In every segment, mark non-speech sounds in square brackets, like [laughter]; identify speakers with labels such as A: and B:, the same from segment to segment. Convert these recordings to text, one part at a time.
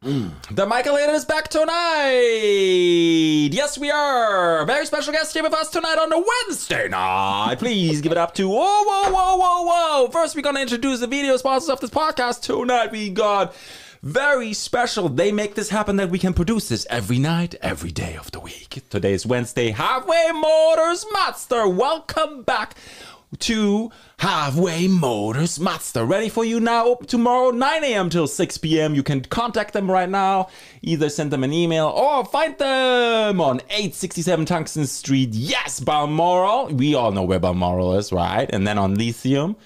A: The Michaelator is back tonight. Yes, we are. Very special guest here with us tonight on a Wednesday night. Please give it up to whoa, whoa, whoa, whoa, whoa. First, we're gonna introduce the video sponsors of this podcast tonight. We got very special. They make this happen that we can produce this every night, every day of the week. Today is Wednesday. Halfway Motors Monster. Welcome back to Halfway Motors Mazda. Ready for you now. Open tomorrow, 9 a.m. till 6 p.m. You can contact them right now. Either send them an email or find them on 867 Tungsten Street. Yes, Balmoral. We all know where Balmoral is, right? And then on Lithium.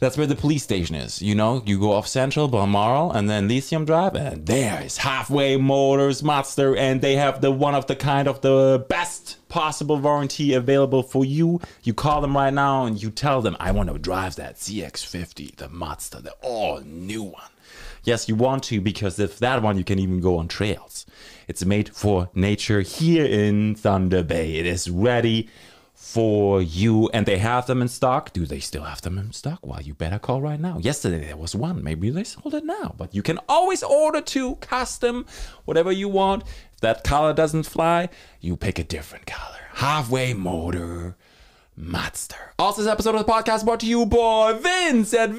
A: That's where the police station is. You know, you go off Central, Balmoral, and then Lithium Drive, and there is Halfway Motors Mazda, and they have the one of the kind of the best possible warranty available for you. You call them right now and you tell them, I want to drive that CX50, the Mazda, the all new one. Yes, you want to, because if that one, you can even go on trails. It's made for nature here in Thunder Bay. It is ready for you and they have them in stock do they still have them in stock well you better call right now yesterday there was one maybe they sold it now but you can always order two custom whatever you want if that color doesn't fly you pick a different color halfway motor Monster. Also, this episode of the podcast brought to you by Vince at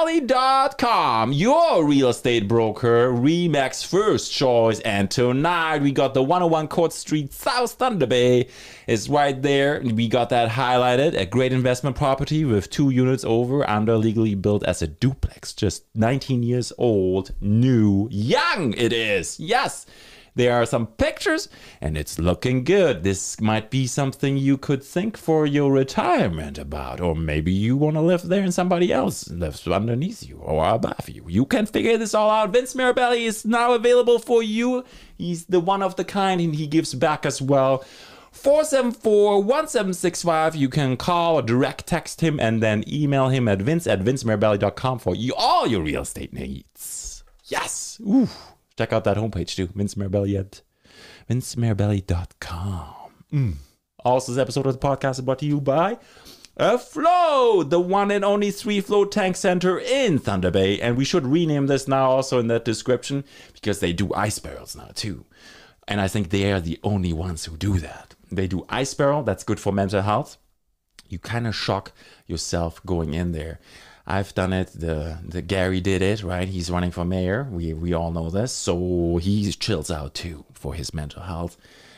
A: vincemirabelli.com, your real estate broker, Remax first choice. And tonight we got the 101 Court Street, South Thunder Bay is right there. We got that highlighted. A great investment property with two units over, under legally built as a duplex, just 19 years old, new, young it is. Yes. There are some pictures, and it's looking good. This might be something you could think for your retirement about, or maybe you want to live there and somebody else lives underneath you or above you. You can figure this all out. Vince Mirabelli is now available for you. He's the one of the kind, and he gives back as well. 474 1765. You can call or direct text him and then email him at vince at vincemirabelli.com for you, all your real estate needs. Yes. Ooh. Check out that homepage too, Vince Mirabelli at vincemirabelli.com. Mm. Also, this episode of the podcast is brought to you by a Flow, the one and only three flow tank center in Thunder Bay. And we should rename this now also in that description because they do ice barrels now too. And I think they are the only ones who do that. They do ice barrel, that's good for mental health you kind of shock yourself going in there. I've done it. The the Gary did it, right? He's running for mayor. We we all know this. So he chills out too for his mental health.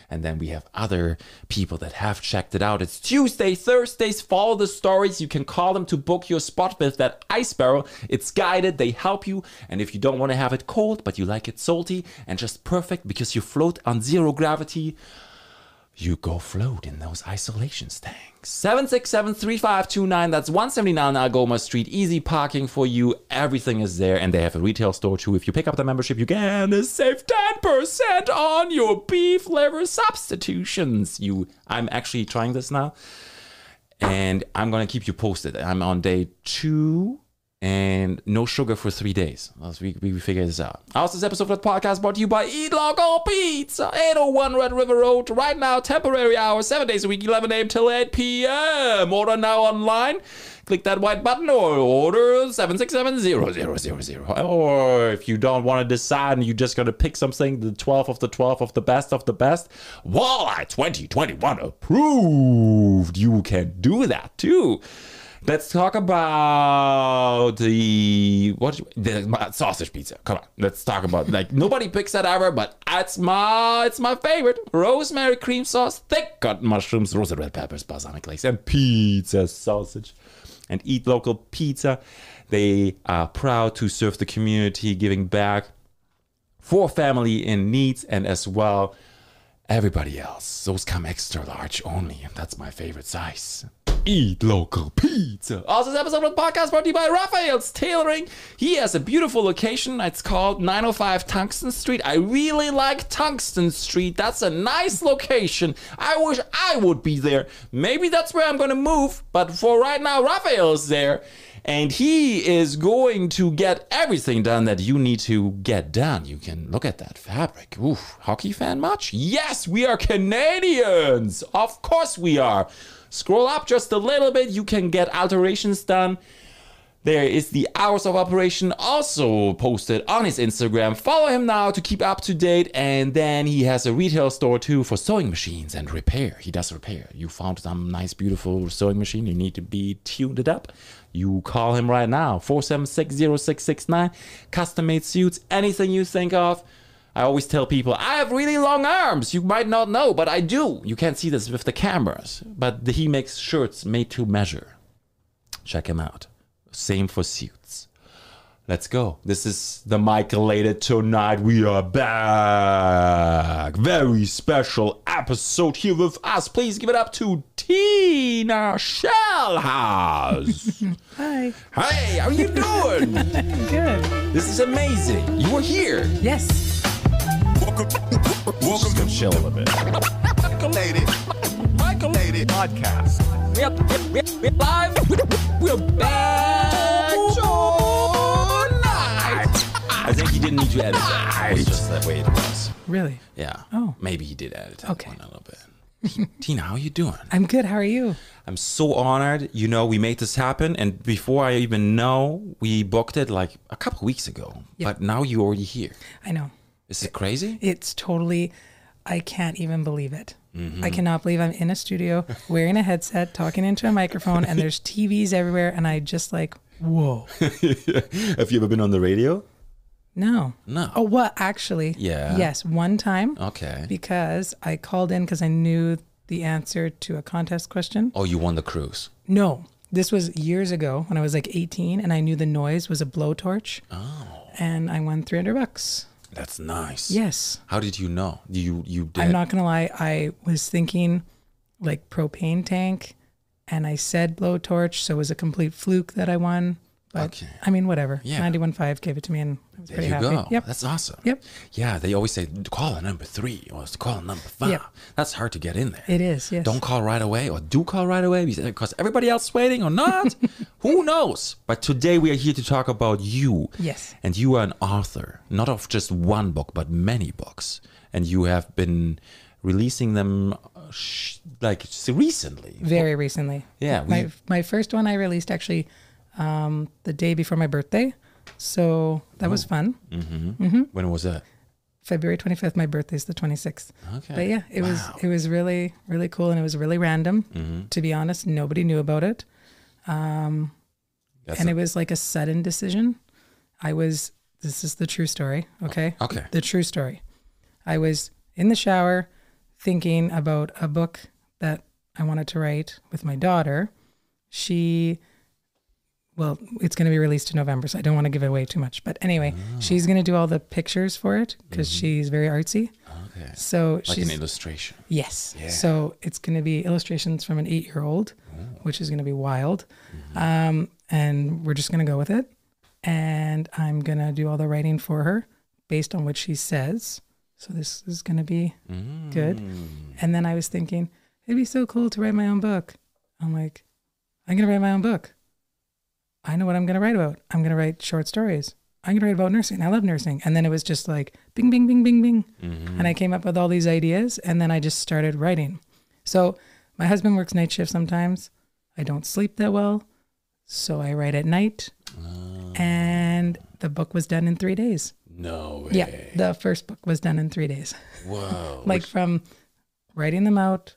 A: And then we have other people that have checked it out. It's Tuesday, Thursdays. Follow the stories. You can call them to book your spot with that ice barrel. It's guided. They help you. And if you don't want to have it cold, but you like it salty and just perfect because you float on zero gravity, you go float in those isolations tanks. 767-3529, that's 179 Algoma Street. Easy parking for you. Everything is there. And they have a retail store too. If you pick up the membership, you can save 10% on your beef liver substitutions. You I'm actually trying this now. And I'm gonna keep you posted. I'm on day two and no sugar for three days. As we, we figure this out. Also, this episode of the podcast brought to you by Eat Local Pizza, 801 Red River Road. Right now, temporary hours, seven days a week, 11 a.m. till 8 p.m. Order now online. Click that white button or order 767-0000. Or if you don't want to decide and you're just going to pick something, the 12 of the 12 of the best of the best, Walleye 2021 approved. You can do that too. Let's talk about the what the my- sausage pizza. Come on, let's talk about like [laughs] nobody picks that ever, but it's my it's my favorite. Rosemary cream sauce, thick cut mushrooms, roasted red peppers, balsamic glaze, and pizza sausage. And eat local pizza. They are proud to serve the community, giving back for family in needs and as well everybody else. Those come extra large only, and that's my favorite size. Eat local pizza. Also, this episode of the podcast brought to you by Raphael's Tailoring. He has a beautiful location. It's called 905 Tungsten Street. I really like Tungsten Street. That's a nice location. I wish I would be there. Maybe that's where I'm going to move, but for right now, Raphael's there and he is going to get everything done that you need to get done. You can look at that fabric. Oof, hockey fan much? Yes, we are Canadians. Of course we are. Scroll up just a little bit, you can get alterations done There is the hours of operation also posted on his Instagram. Follow him now to keep up to date. And then he has a retail store too for sewing machines and repair. He does repair. You found some nice, beautiful sewing machine. You need to be tuned it up. You call him right now 4760669. Custom made suits, anything you think of. I always tell people, I have really long arms. You might not know, but I do. You can't see this with the cameras. But he makes shirts made to measure. Check him out. Same for suits. Let's go. This is the mic later tonight. We are back. Very special episode here with us. Please give it up to Tina Shellhouse.
B: Hi.
A: hey, how you doing?
B: Good.
A: this is amazing. You were here.
B: Yes.
C: Welcome, welcome to
A: Chill a little bit.
C: Michael Lady, Michael Lady Podcast.
A: We're, live. We're back tonight. I think he didn't need to edit that. It was just the way it was.
B: Really?
A: Yeah.
B: Oh.
A: Maybe he did edit that
B: Okay.
A: one a little bit. [laughs] Tina, how you doing?
B: I'm good. How are you?
A: I'm so honored. You know, we made this happen, and before I even know, we booked it like a couple weeks ago.
B: Yeah.
A: But now you're already here.
B: I know.
A: Is it crazy?
B: It's totally, I can't even believe it. I cannot believe I'm in a [laughs] studio wearing a headset, talking into a microphone, and there's TVs everywhere. And I just like, whoa.
A: Have you ever been on the radio?
B: [laughs] No.
A: No.
B: Oh, well, actually.
A: Yeah.
B: Yes. One time
A: Okay.
B: because I called in because I knew the answer to a contest question.
A: Oh, you won the cruise.
B: No, this was years ago when I was like 18 and I knew the noise was a blowtorch. Oh. And I won 300 bucks.
A: That's nice.
B: Yes.
A: How did you know? You you did.
B: I'm not going to lie. I was thinking like propane tank and I said blowtorch. So it was a complete fluke that I won. But
A: Okay.
B: I mean, whatever.
A: Yeah.
B: 91.5 gave it to me and I was
A: There
B: pretty
A: you
B: happy.
A: go.
B: Yep.
A: That's awesome.
B: Yep.
A: Yeah, they always say call number three or call number five.
B: Yep.
A: That's hard to get in there.
B: it is. Yes.
A: Don't call right away or do call right away because everybody else is waiting or
B: [laughs]
A: not. Who knows? But today we are here to talk about you.
B: Yes.
A: And you are an author, not of just one book, but many books. And you have been releasing them uh, sh- like s- recently.
B: Very recently.
A: Yeah,
B: My,
A: we-
B: my first one I released actually um, the day before my birthday. So that
A: Oh.
B: was fun. hmm.
A: When was that?
B: February 25th. My birthday's the 26th.
A: Okay.
B: But yeah, it was it was really really cool and it was really random.
A: Mm-hmm.
B: To be honest, nobody knew about it,
A: That's
B: and
A: a-
B: it was like a sudden decision. I was this is the true story, okay?
A: Okay.
B: The true story. I was in the shower thinking about a book that I wanted to write with my daughter. She well, it's going to be released in November, so I don't want to give it away too much. But anyway,
A: Ah.
B: she's going to do all the pictures for it because she's very artsy.
A: okay.
B: So
A: Mm-hmm. Like
B: she's
A: an illustration.
B: Yes. So it's going to be illustrations from an eight year old, which is going to be wild. Um, and we're just going to go with it. And I'm going to do all the writing for her based on what she says. So this is going to be
A: Mm.
B: good. And then I was thinking, it'd be so cool to write my own book. I'm like, I'm going to write my own book. I know what I'm going to write about. I'm going to write short stories. I'm going to write about nursing. I love nursing. And then it was just like bing, bing, bing, bing, bing. And I came up with all these ideas and then I just started writing. So my husband works night shift sometimes. I don't sleep that well. So I write at night. And the book was done in three days.
A: No way.
B: Yeah. The first book was done in three days.
A: Whoa.
B: Like from writing them out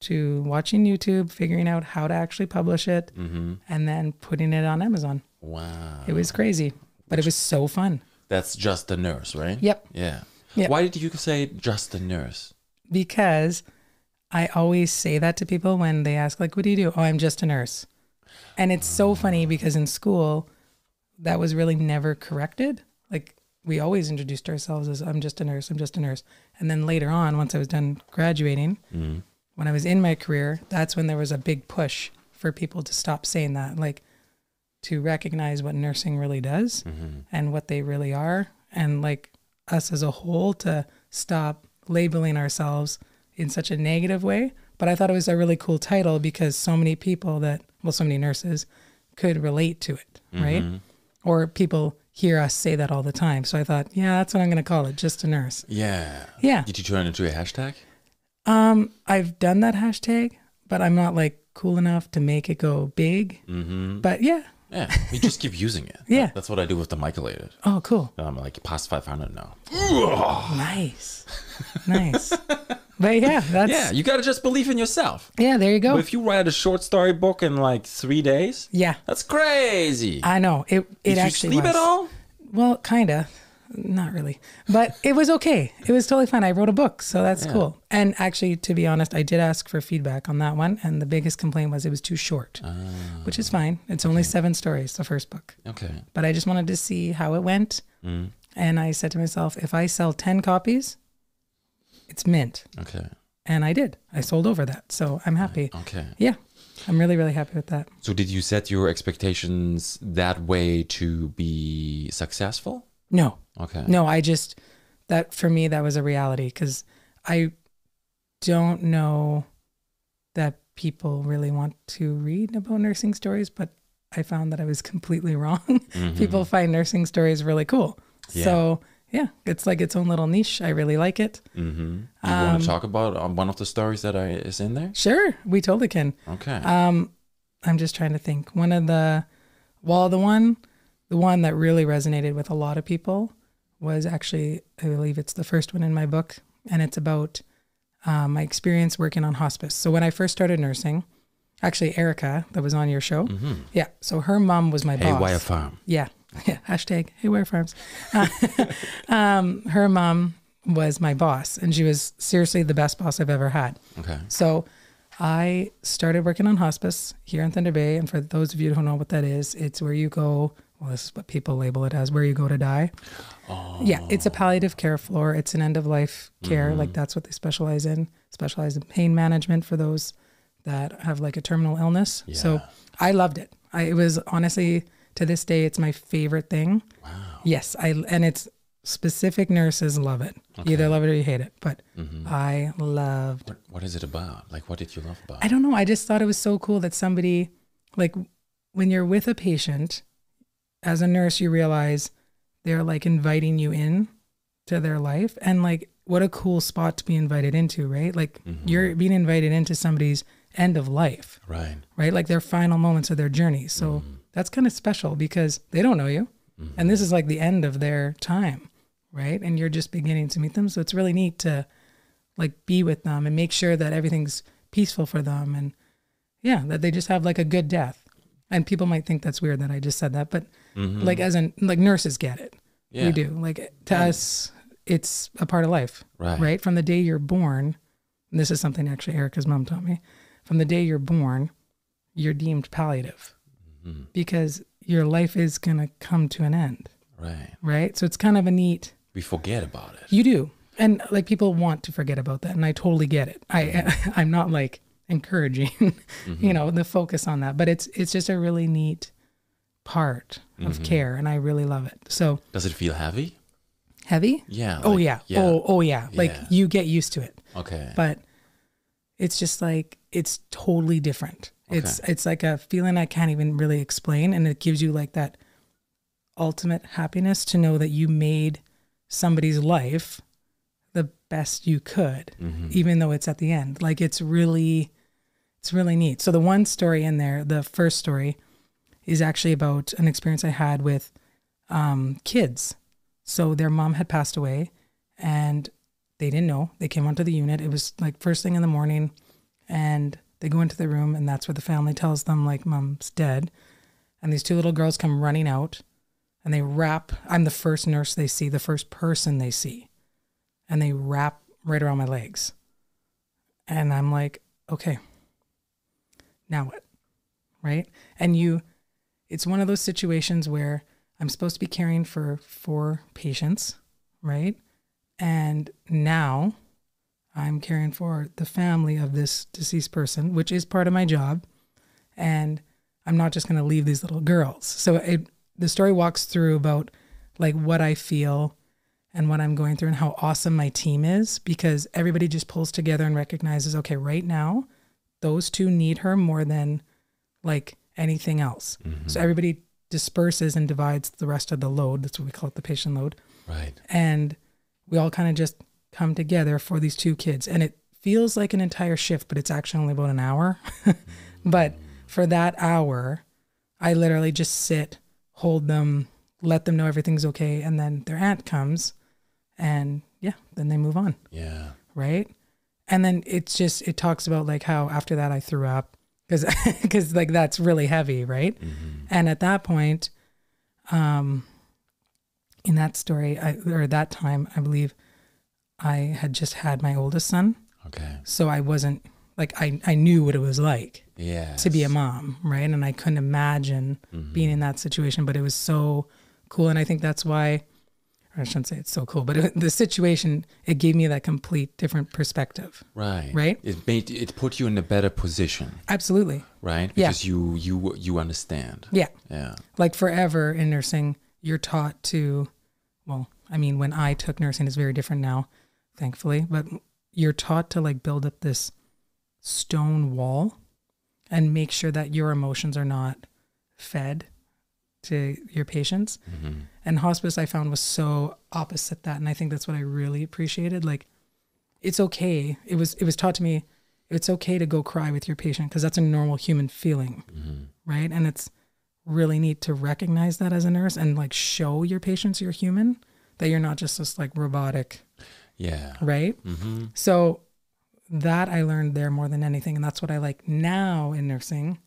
B: to watching YouTube, figuring out how to actually publish it, and then putting it on Amazon.
A: wow.
B: It was crazy, but it was so fun
A: That's just the nurse, right?
B: Yep.
A: Yeah.
B: Yep.
A: Why did you say just the nurse?
B: because I always say that to people when they ask, like, what do you do? Oh, I'm just a nurse. And it's so funny because in school, that was really never corrected. Like, we always introduced ourselves as, I'm just a nurse, I'm just a nurse. And then later on, once I was done graduating, when I was in my career, that's when there was a big push for people to stop saying that, like, to recognize what nursing really does and what they really are, and like us as a whole to stop labeling ourselves in such a negative way. But I thought it was a really cool title because so many people that, well, so many nurses could relate to it, right? Or people hear us say that all the time. So I thought, yeah, that's what I'm going to call it, just a nurse.
A: Yeah.
B: Yeah.
A: Did you turn it into a hashtag?
B: Um, I've done that hashtag, but I'm not like cool enough to make it go big. Mm-hmm. But yeah,
A: Yeah, we just keep using it.
B: [laughs] Yeah.
A: That- that's what I do with the microlated.
B: Oh, cool.
A: I'm like past 500 now.
B: Nice. Nice. but yeah, that's
A: Yeah,
B: yeah.
A: you gotta just believe in yourself.
B: there you go.
A: If you write a short story book in like three days,
B: Oh. yeah.
A: that's crazy.
B: I know. It it
A: Did you
B: actually
A: sleep
B: was.
A: at all?
B: Well, kind of. Not really. But it was okay. It was totally fine. I wrote a book, so that's cool. And actually, to be honest, I did ask for feedback on that one, and the biggest complaint was it was too short,
A: Ah.
B: which is fine. It's only seven stories, the first book.
A: Okay.
B: But I just wanted to see how it went.
A: Mm.
B: And I said to myself, if I sell 10 copies, it's mint.
A: Okay.
B: And I did. I sold over that. So I'm happy.
A: Okay.
B: Yeah. I'm really, really happy with that.
A: So did you set your expectations that way to be successful?
B: No,
A: Okay.
B: No, I just that for me that was a reality because I don't know that people really want to read about nursing stories, but I found that I was [laughs] completely wrong. people find nursing stories really cool, so yeah, it's like its own little niche. I really like it.
A: Mm-hmm. You want to talk about um, one of the stories that I, is in there?
B: Sure, we totally can.
A: Okay.
B: Um, I'm just trying to think. One of the, well, the one, the one that really resonated with a lot of people was actually, I believe it's the first one in my book, and it's about um, my experience working on hospice. So when I first started nursing, actually Erica, that was on your show, yeah. So her mom was my
A: Mm-hmm. hey,
B: boss.
A: Wire Farm.
B: Yeah. [laughs] Yeah. Hashtag Hey Where Farms. [laughs] Uh, um, her mom was my boss, and she was seriously the best boss I've ever had.
A: Okay.
B: So I started working on hospice here in Thunder Bay. And for those of you who don't know what that is, it's where you go. Well, this is what people label it as where you go to die. Yeah, it's a palliative care floor. It's an end of life care. Like that's what they specialize in. Specialize in pain management for those that have like a terminal illness. So
A: Yeah.
B: I loved it. I, it was honestly to this day, it's my favorite thing. Wow. Yes, I and it's specific nurses love it. You Either love it or you hate it, but I loved
A: What, what is it about? Like, what did you love about?
B: I don't know. I just thought it was so cool that somebody, like, when you're with a patient, as a nurse, you realize they're like inviting you in to their life. And like, what a cool spot to be invited into, right? Like, you're being invited into somebody's end of life,
A: Right.
B: right? Like their final moments of their journey. So that's kind of special because they don't know you. And this is like the end of their time, right? And you're just beginning to meet them. So it's really neat to like be with them and make sure that everything's peaceful for them and yeah, that they just have like a good death. And people might think that's weird that I just said that, but like as in like nurses get it.
A: Yeah.
B: We do. Like to us it's a part of life.
A: Right.
B: Right? From the day you're born, and this is something actually Erica's mom taught me. From the day you're born, you're deemed palliative
A: Mm-hmm.
B: because your life is going to come to an end,
A: Right.
B: right? So it's kind of a neat,
A: We forget about it.
B: you do. And like people want to forget about that. And I totally get it. I,
A: Mm-hmm.
B: [laughs] I'm not like encouraging, [laughs] you know, the focus on that, but it's, it's just a really neat part of
A: Mm-hmm.
B: care. And I really love it. So
A: Does it feel heavy?
B: heavy.
A: Uh, Yeah.
B: oh
A: like-
B: yeah. Oh, oh yeah. Like
A: Yeah.
B: you get used to it.
A: Okay.
B: but it's just like it's totally different. It's it's like a feeling I can't even really explain, and it gives you like that ultimate happiness to know that you made somebody's life the best you could, even though it's at the end. Like it's really, it's really neat. So the one story in there, the first story, is actually about an experience I had with um, kids. So their mom had passed away, and they didn't know. They came onto the unit. It was like first thing in the morning, and they go into the room, and that's where the family tells them like, "Mom's dead," and these two little girls come running out, and they wrap. I'm the first nurse they see, the first person they see, and they wrap right around my legs, and I'm like, "Okay, now what?" Right? And you, it's one of those situations where I'm supposed to be caring for four patients, right? And now I'm caring for the family of this deceased person, which is part of my job. And I'm not just going to leave these little girls. So it, the story walks through about like what I feel and what I'm going through and how awesome my team is because everybody just pulls together and recognizes, okay, right now, those two need her more than like anything else. So everybody disperses and divides the rest of the load. That's what we call it the patient load
A: right.
B: and we all kind of just come together for these two kids and it feels like [laughs] an entire shift but it's actually only about an hour but for that hour I literally just sit, hold them, let them know everything's okay, and then their aunt comes, and yeah, then they move on,
A: Yeah.
B: right? And then it's just it talks about like how after that I threw up [laughs] because because like that's really heavy, right? And at that point, um, in that story I, or that time, I believe I had just had my oldest son,
A: Okay.
B: so I wasn't like I I knew what it was like
A: Yeah.
B: to be a mom, right? And I couldn't imagine being in that situation, but it was so cool. And I think that's why, or I shouldn't say it's so cool, but [laughs] it, the situation, it gave me that complete different perspective.
A: right.
B: right?
A: It made it put you in a better position,
B: Absolutely.
A: right?
B: Yeah.
A: Because you you you understand.
B: Yeah.
A: Yeah.
B: Like forever in nursing, you're taught to, well, I mean, when I took nursing, it's very different now, thankfully, but you're taught to like build up this stone wall and make sure that your emotions are not fed to your patients. And hospice I found was so opposite that. And I think that's what I really appreciated. Like it's okay. It was it was taught to me it's okay to go cry with your patient because that's a normal human feeling. Right. And it's really neat to recognize that as a nurse and like show your patients you're human, that you're not just this like robotic,
A: Yeah.
B: right? So that I learned there more than anything. And that's what I like now in nursing.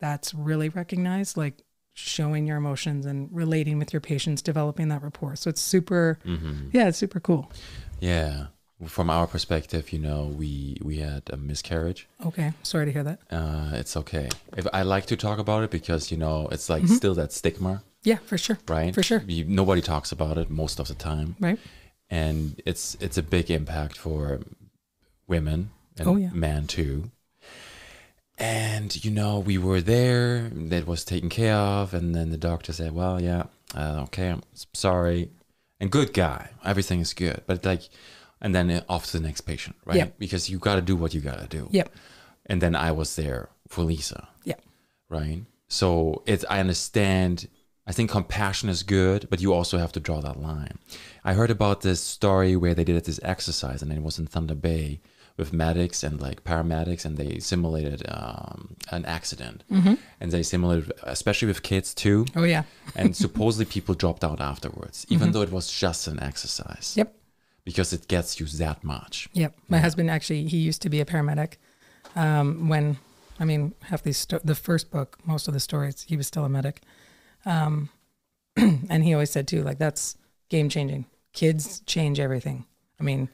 B: That's really recognized, like showing your emotions and relating with your patients, developing that rapport. So it's super, yeah, it's super cool.
A: Yeah. From our perspective, you know, we we had a miscarriage.
B: Okay. Sorry to hear that.
A: Uh, it's okay. If I like to talk about it because you know it's like still that stigma,
B: Yeah, for sure.
A: right?
B: Mm-hmm. For sure.
A: You, nobody talks about it most of the time,
B: Right.
A: and it's it's a big impact for women and
B: Oh, yeah.
A: men too. And you know, we were there. That was taken care of, and then the doctor said, "Well, yeah, uh, okay, I'm s- sorry." And good guy, everything is good. But like, and then off to the next patient, right?
B: Yeah.
A: Because you got to do what you got to do.
B: Yep.
A: And then I was there for Lisa
B: Yep.
A: right? So it's I understand. I think compassion is good, but you also have to draw that line. I heard about this story where they did this exercise, and it was in Thunder Bay with medics and like paramedics, and they simulated um, an accident,
B: Mm-hmm.
A: and they simulated, especially with kids too.
B: Oh, yeah. [laughs]
A: and supposedly people dropped out afterwards, even
B: Mm-hmm.
A: though it was just an exercise.
B: Yep.
A: Because it gets you that much.
B: Yep. My husband actually, he used to be a paramedic. Um, when, I mean, half these, sto- the first book, most of the stories, he was still a medic. Um, [clears throat] and he always said too, like, that's game changing. Kids change everything. I mean,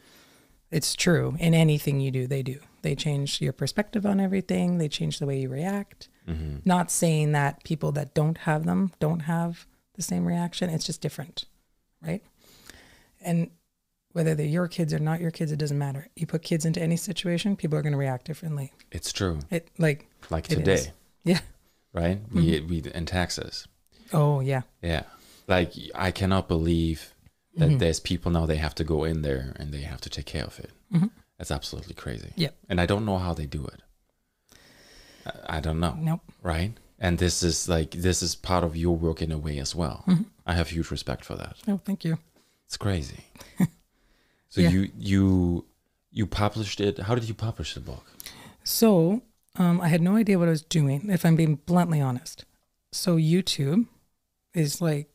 B: it's true in anything you do, they do. They change your perspective on everything. They change the way you react. Not saying that people that don't have them don't have the same reaction. It's just different, right? And whether they're your kids or not your kids, it doesn't matter. You put kids into any situation, people are going to react differently.
A: It's true.
B: It like
A: Like
B: it
A: today,
B: is. Mm-hmm. yeah.
A: right? We we in Texas.
B: Oh yeah,
A: Yeah. Like I cannot believe that there's people now they have to go in there and they have to take care of it. That's absolutely crazy.
B: Yep.
A: And I don't know how they do it. I, I don't know.
B: nope,
A: Right? And this is like this is part of your work in a way as well. I have huge respect for that.
B: no, thank you.
A: It's crazy. so
B: Yeah.
A: you you you published it. How did you publish the book?
B: So um, I had no idea what I was doing. If I'm being bluntly honest, so YouTube is like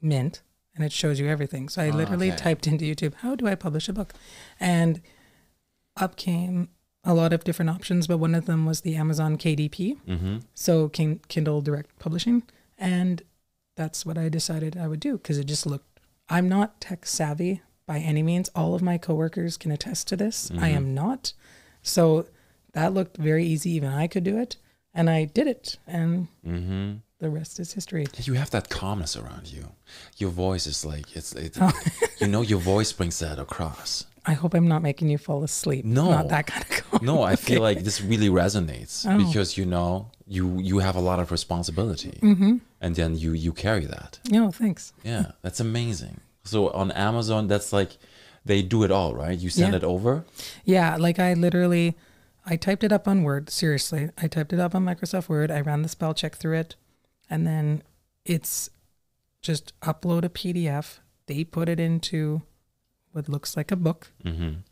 B: mint, and it shows you everything. So I literally
A: Ah, okay.
B: typed into YouTube, "How do I publish a book?" and up came a lot of different options, but one of them was the Amazon KDP.
A: Mm-hmm.
B: so Kin- kindle direct publishing and that's what i decided i would do because it just looked i'm not tech savvy by any means all of my coworkers can attest to this i
A: Mm-hmm.
B: am not so that looked very easy even i could do it and i did it and
A: Mm-hmm.
B: the rest is history
A: You have that calmness around you. Your voice is like it's. it's you know, your voice brings that across.
B: i hope i'm not making you fall asleep
A: No.
B: not that kind of [laughs] call.
A: No, I feel like this really resonates
B: Oh.
A: because you know you you have a lot of responsibility,
B: Mm-hmm.
A: and then you you carry that.
B: no thanks
A: Yeah, that's amazing. So on Amazon, that's like they do it all, right? You send
B: Yeah.
A: it over.
B: Yeah, like I literally, I typed it up on Word. Seriously, I typed it up on Microsoft Word. I ran the spell check through it, and then it's just upload a PDF. They put it into what looks like a book,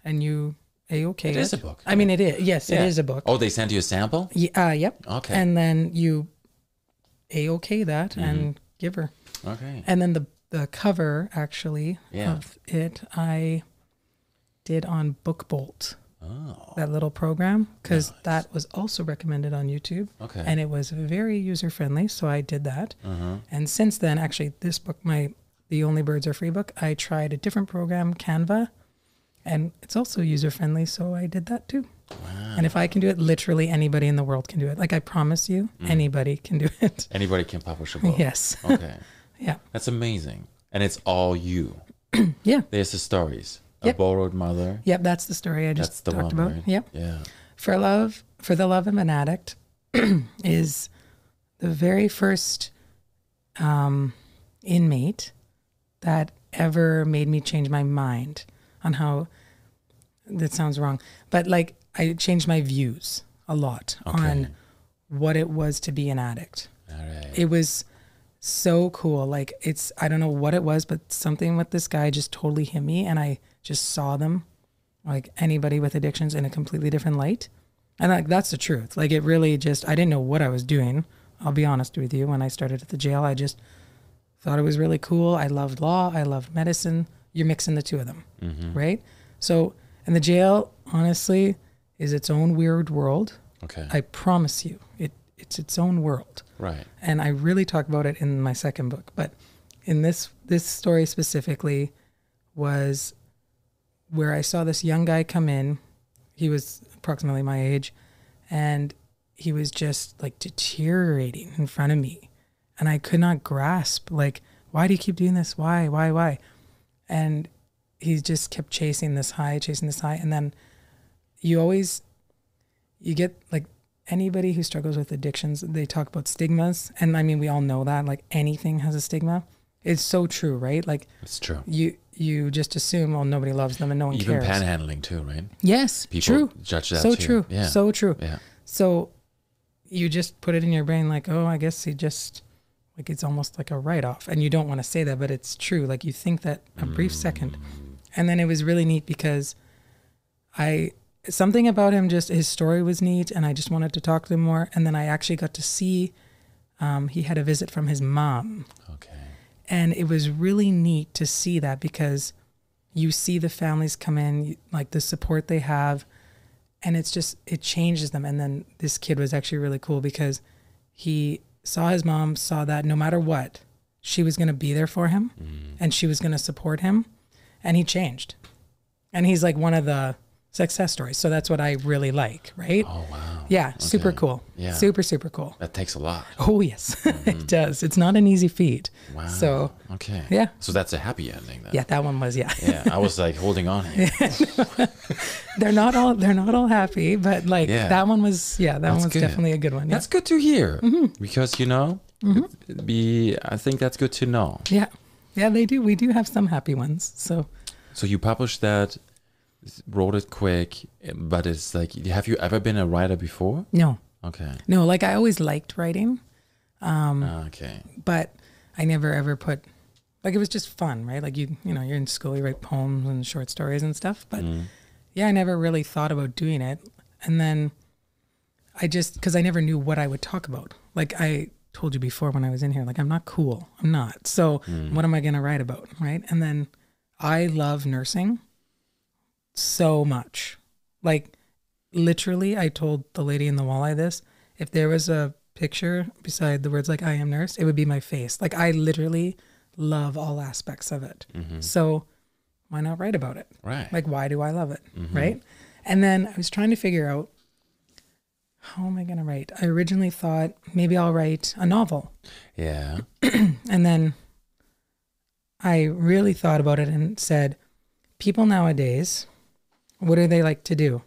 B: and you a okay.
A: Mm-hmm. It is a book,
B: I mean, it is. Yes,
A: Yeah.
B: it is a book.
A: Oh, they send you a sample.
B: Yeah, uh, yep.
A: Okay.
B: And then you a okay that
A: Mm-hmm.
B: and give her.
A: Okay.
B: And then the the cover actually
A: Yeah.
B: of it I did on BookBolt. Oh. That little program because that was also recommended on YouTube.
A: Okay.
B: And it was very user friendly, so I did that.
A: Uh-huh.
B: And since then, actually, this book, my The Only Birds Are Free book, I tried a different program, Canva, and it's also user friendly, so I did that too. And if I can do it, literally anybody in the world can do it. Like I promise you,
A: Mm.
B: anybody can do it.
A: Anybody can publish a book.
B: [laughs] yes.
A: Okay.
B: yeah.
A: That's amazing. And it's all you.
B: [clears throat] Yeah.
A: There's the stories. A
B: Yep.
A: borrowed mother.
B: Yep, that's the story I just
A: That's the one,
B: talked about.
A: right?
B: Yep.
A: Yeah.
B: For love, for the love of an addict [clears throat] is the very first um, inmate that ever made me change my mind on how that sounds wrong, but like I changed my views a lot on what it was to be an addict.
A: All right.
B: It was so cool. Like it's I don't know what it was, but something with this guy just totally hit me and I just saw them like anybody with addictions in a completely different light. And like that's the truth. Like it really just I didn't know what I was doing. I'll be honest with you. When I started at the jail, I just thought it was really cool. I loved law. I loved medicine. You're mixing the two of them, right? So, and the jail, honestly, is its own weird world.
A: Okay.
B: I promise you, it it's its own world
A: right.
B: and I really talk about it in my second book, but in this this story specifically was where I saw this young guy come in. He was approximately my age and he was just like deteriorating in front of me and I could not grasp like why do you keep doing this? Why? Why? Why? And he just kept chasing this high, chasing this high and then you always you get like anybody who struggles with addictions they talk about stigmas and i mean we all know that like anything has a stigma it's so true right like
A: It's true.
B: you you just assume well nobody loves them and no one
A: Even
B: cares
A: panhandling too, right?
B: yes
A: People
B: true
A: judge that
B: so
A: too.
B: true
A: Yeah.
B: so true
A: Yeah.
B: so you just put it in your brain like oh i guess he just like it's almost like a write-off and you don't want to say that but it's true like you think that a brief second and then it was really neat because i something about him just his story was neat and i just wanted to talk to him more and then i actually got to see um, he had a visit from his mom
A: Okay.
B: and it was really neat to see that because you see the families come in like the support they have and it's just it changes them and then this kid was actually really cool because he saw his mom saw that no matter what she was going to be there for him
A: Mm.
B: and she was going to support him and he changed and he's like one of the success stories so that's what i really like right
A: Oh wow.
B: yeah super
A: okay.
B: cool
A: Yeah.
B: super super cool
A: That takes a lot.
B: oh yes [laughs] it does it's not an easy feat
A: Wow.
B: so
A: okay.
B: yeah.
A: So that's a happy ending then.
B: yeah that one was yeah [laughs]
A: Yeah. I was like holding on. Here.
B: they're not all they're not all happy, but like
A: Yeah.
B: that one was yeah, that one
A: That's
B: was
A: good.
B: definitely a good one. Yeah.
A: That's good to hear
B: Mm-hmm.
A: because you know, it'd be I think that's good to know.
B: yeah. Yeah, they do. We do have some happy ones. So
A: So you published that, wrote it quick, but it's like, have you ever been a writer before?
B: no.
A: Okay. Ah,
B: No, like I always liked writing, Um,
A: okay.
B: but I never ever put like it was just fun, right? Like you you know, you're in school, you write poems and short stories and stuff. But yeah, I never really thought about doing it. And then I just because I never knew what I would talk about. Like I told you before when I was in here, like I'm not cool. I'm not. So what am I gonna write about? Right. And then I love nursing so much. Like literally I told the lady in the walleye this. If there was a picture beside the words like I am nurse, it would be my face. Like I literally love all aspects of it. So why not write about it?
A: Right.
B: Like, why do I love it? Right. And then I was trying to figure out how am I going to write? I originally thought maybe I'll write a novel.
A: yeah.
B: And then I really thought about it and said, people nowadays, what do they like to do?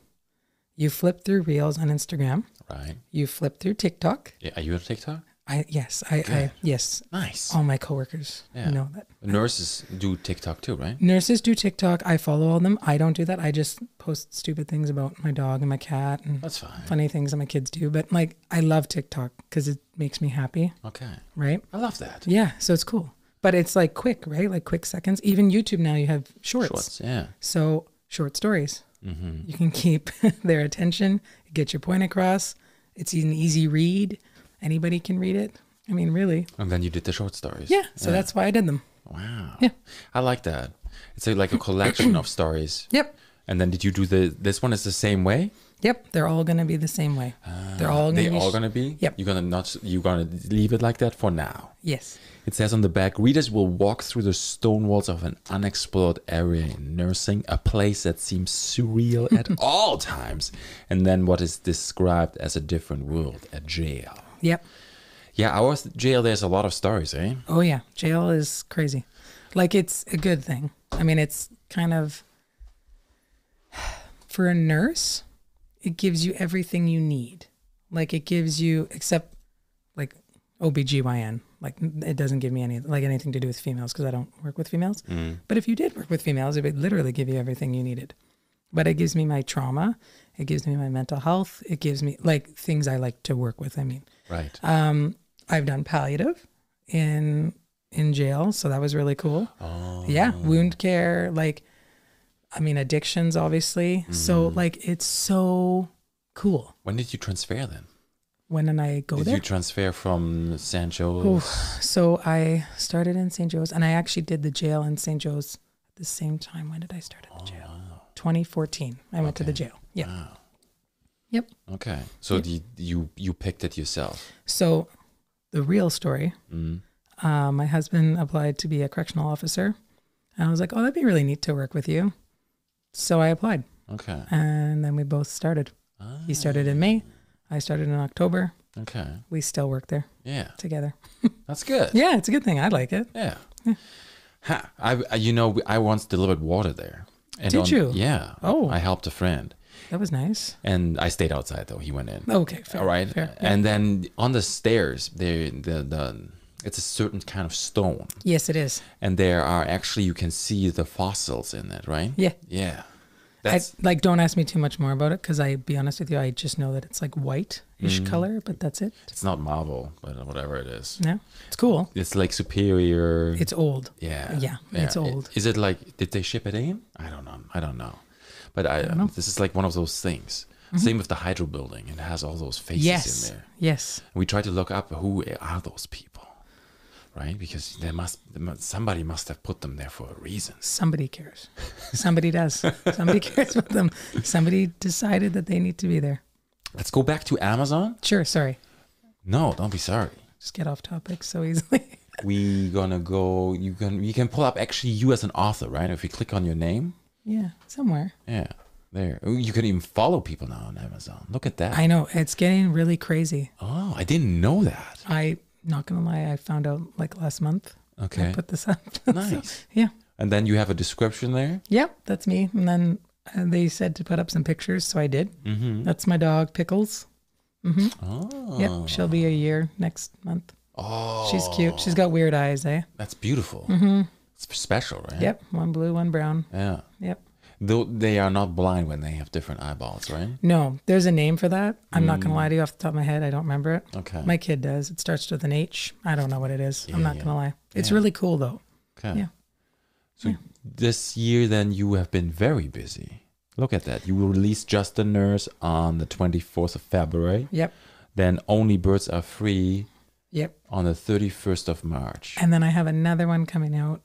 B: You flip through reels on Instagram,
A: Right.
B: you flip through TikTok.
A: Yeah. Are you on TikTok?
B: I, yes, I,
A: Good.
B: I yes,
A: Nice.
B: all my coworkers
A: Yeah.
B: know that.
A: Nurses do TikTok too, right?
B: Nurses do TikTok. I follow all them. I don't do that. I just post stupid things about my dog and my cat and
A: That's fine.
B: funny things that my kids do. But like, I love TikTok because it makes me happy,
A: Okay.
B: right?
A: I love that.
B: Yeah, so it's cool. But it's like quick, right? Like quick seconds. Even YouTube now, you have shorts.
A: Shorts. Mm-hmm. Yeah.
B: So short stories. You can keep [laughs] their attention, get your point across. It's an easy read. Anybody can read it. I mean, really.
A: And then you did the short stories.
B: Yeah. So that's why I did them.
A: Wow.
B: Yeah.
A: I like that. It's a, like a collection of stories.
B: Yep.
A: And then did you do the this one is the same way?
B: Yep. They're all going to be the same way. They're all going
A: Ah, They
B: to be.
A: all
B: sh-
A: gonna be.
B: Yep.
A: You're gonna not. You're gonna leave it like that for now.
B: yes.
A: It says on the back, readers will walk through the stone walls of an unexplored area in nursing, a place that seems surreal [laughs] at all times, and then what is described as a different world, a jail.
B: Yep.
A: Yeah, our s- jail. There's a lot of stories, eh?
B: Oh yeah, jail is crazy. Like it's a good thing. I mean, it's kind of [sighs] for a nurse, it gives you everything you need. Like it gives you except like OBGYN. Like it doesn't give me any like anything to do with females because I don't work with females. But if you did work with females, it would literally give you everything you needed. But it gives me my trauma, it gives me my mental health, it gives me like things I like to work with, I mean.
A: Right.
B: Um, I've done palliative in in jail, so that was really cool.
A: Oh.
B: Yeah, wound care, like I mean addictions obviously. So
A: Mm-hmm.
B: like it's so cool
A: when did you transfer then?
B: when and I go
A: Did
B: Oh, there.
A: you transfer from Sancho?
B: so I started in St. Joe's and I actually did the jail in St. Joe's at the same time. When did I start at
A: Oh,
B: the jail? 2014. I went to the jail. Yeah. Yep.
A: Okay, so the, you you picked it yourself.
B: So, the real story.
A: Mm.
B: Uh, my husband applied to be a correctional officer, and I was like, "Oh, that'd be really neat to work with you." So I applied,
A: Okay, Ah,
B: and then we both started. He started in May, I started in October.
A: okay,
B: We still work there
A: yeah,
B: together.
A: that's good.
B: Yeah, it's a good thing. I like it.
A: Yeah. Ha, I, I- you know, I once delivered water there. And
B: Did you?
A: Yeah.
B: Oh.
A: I helped a friend,
B: That was nice.
A: and I stayed outside though. He went in.
B: Okay, Oh, fair.
A: All right.
B: fair. Yeah.
A: And then on the stairs, there the the it's a certain kind of stone,
B: yes, it is.
A: and there are actually you can see the fossils in it, right?
B: Yeah.
A: Yeah.
B: I,
A: That's
B: like, don't ask me too much more about it because I, be honest with you, I just know that it's like
A: Mm.
B: white-ish color, but that's it.
A: it's not marble, but whatever it is,
B: No, it's cool.
A: it's like superior.
B: It's old.
A: Yeah.
B: Yeah, it's
A: I-
B: old.
A: Is it like did they ship it in? I don't know. I don't know. But I, um, this is like one of those things. Same with the Hydro building. It has all those faces
B: Mm-hmm. Yes.
A: in there.
B: Yes.
A: And we try to look up who are those people, right? Because there must there must- somebody must have put them there for a reason.
B: somebody cares. Somebody does.
A: [laughs]
B: Somebody cares about them. Somebody decided that they need to be there.
A: Let's go back to Amazon.
B: Sure, sorry.
A: No, don't be sorry.
B: Just get off topic so easily. [laughs]
A: We gonna go. You can you can pull up actually you as an author, right? If you click on your name,
B: yeah, somewhere.
A: yeah, there Ooh, you can even follow people now on Amazon. Look at that.
B: I know it's getting really crazy.
A: oh, I didn't know that.
B: I not gonna lie, I found out like last month. I
A: Okay. [laughs]
B: put this up. [laughs]
A: Nice.
B: yeah.
A: And then you have a description there.
B: Yep, that's me. And then uh, they said to put up some pictures, so I did. Mm-hmm. That's my dog Pickles.
A: Oh,
B: Yep, she'll be a year next month. Oh, she's cute. She's got weird eyes, eh?
A: that's beautiful. Mm-hmm. It's special, right?
B: Yep, one blue, one brown.
A: Yeah.
B: Yep.
A: Though they are not blind when they have different eyeballs, right?
B: No, there's a name for that. I'm not gonna lie to you off the top of my head. I don't remember it.
A: Mm. Okay.
B: My kid does. It starts with an H. I don't know what it is. I'm not
A: yeah.
B: gonna lie. It's really cool though.
A: okay.
B: yeah.
A: So this year, then you have been very busy. Look at that. You will release Just the Nurse on the 24th of February.
B: Yep.
A: Then Only Birds Are Free
B: Yep.
A: on the 31st of March.
B: And then I have another one coming out.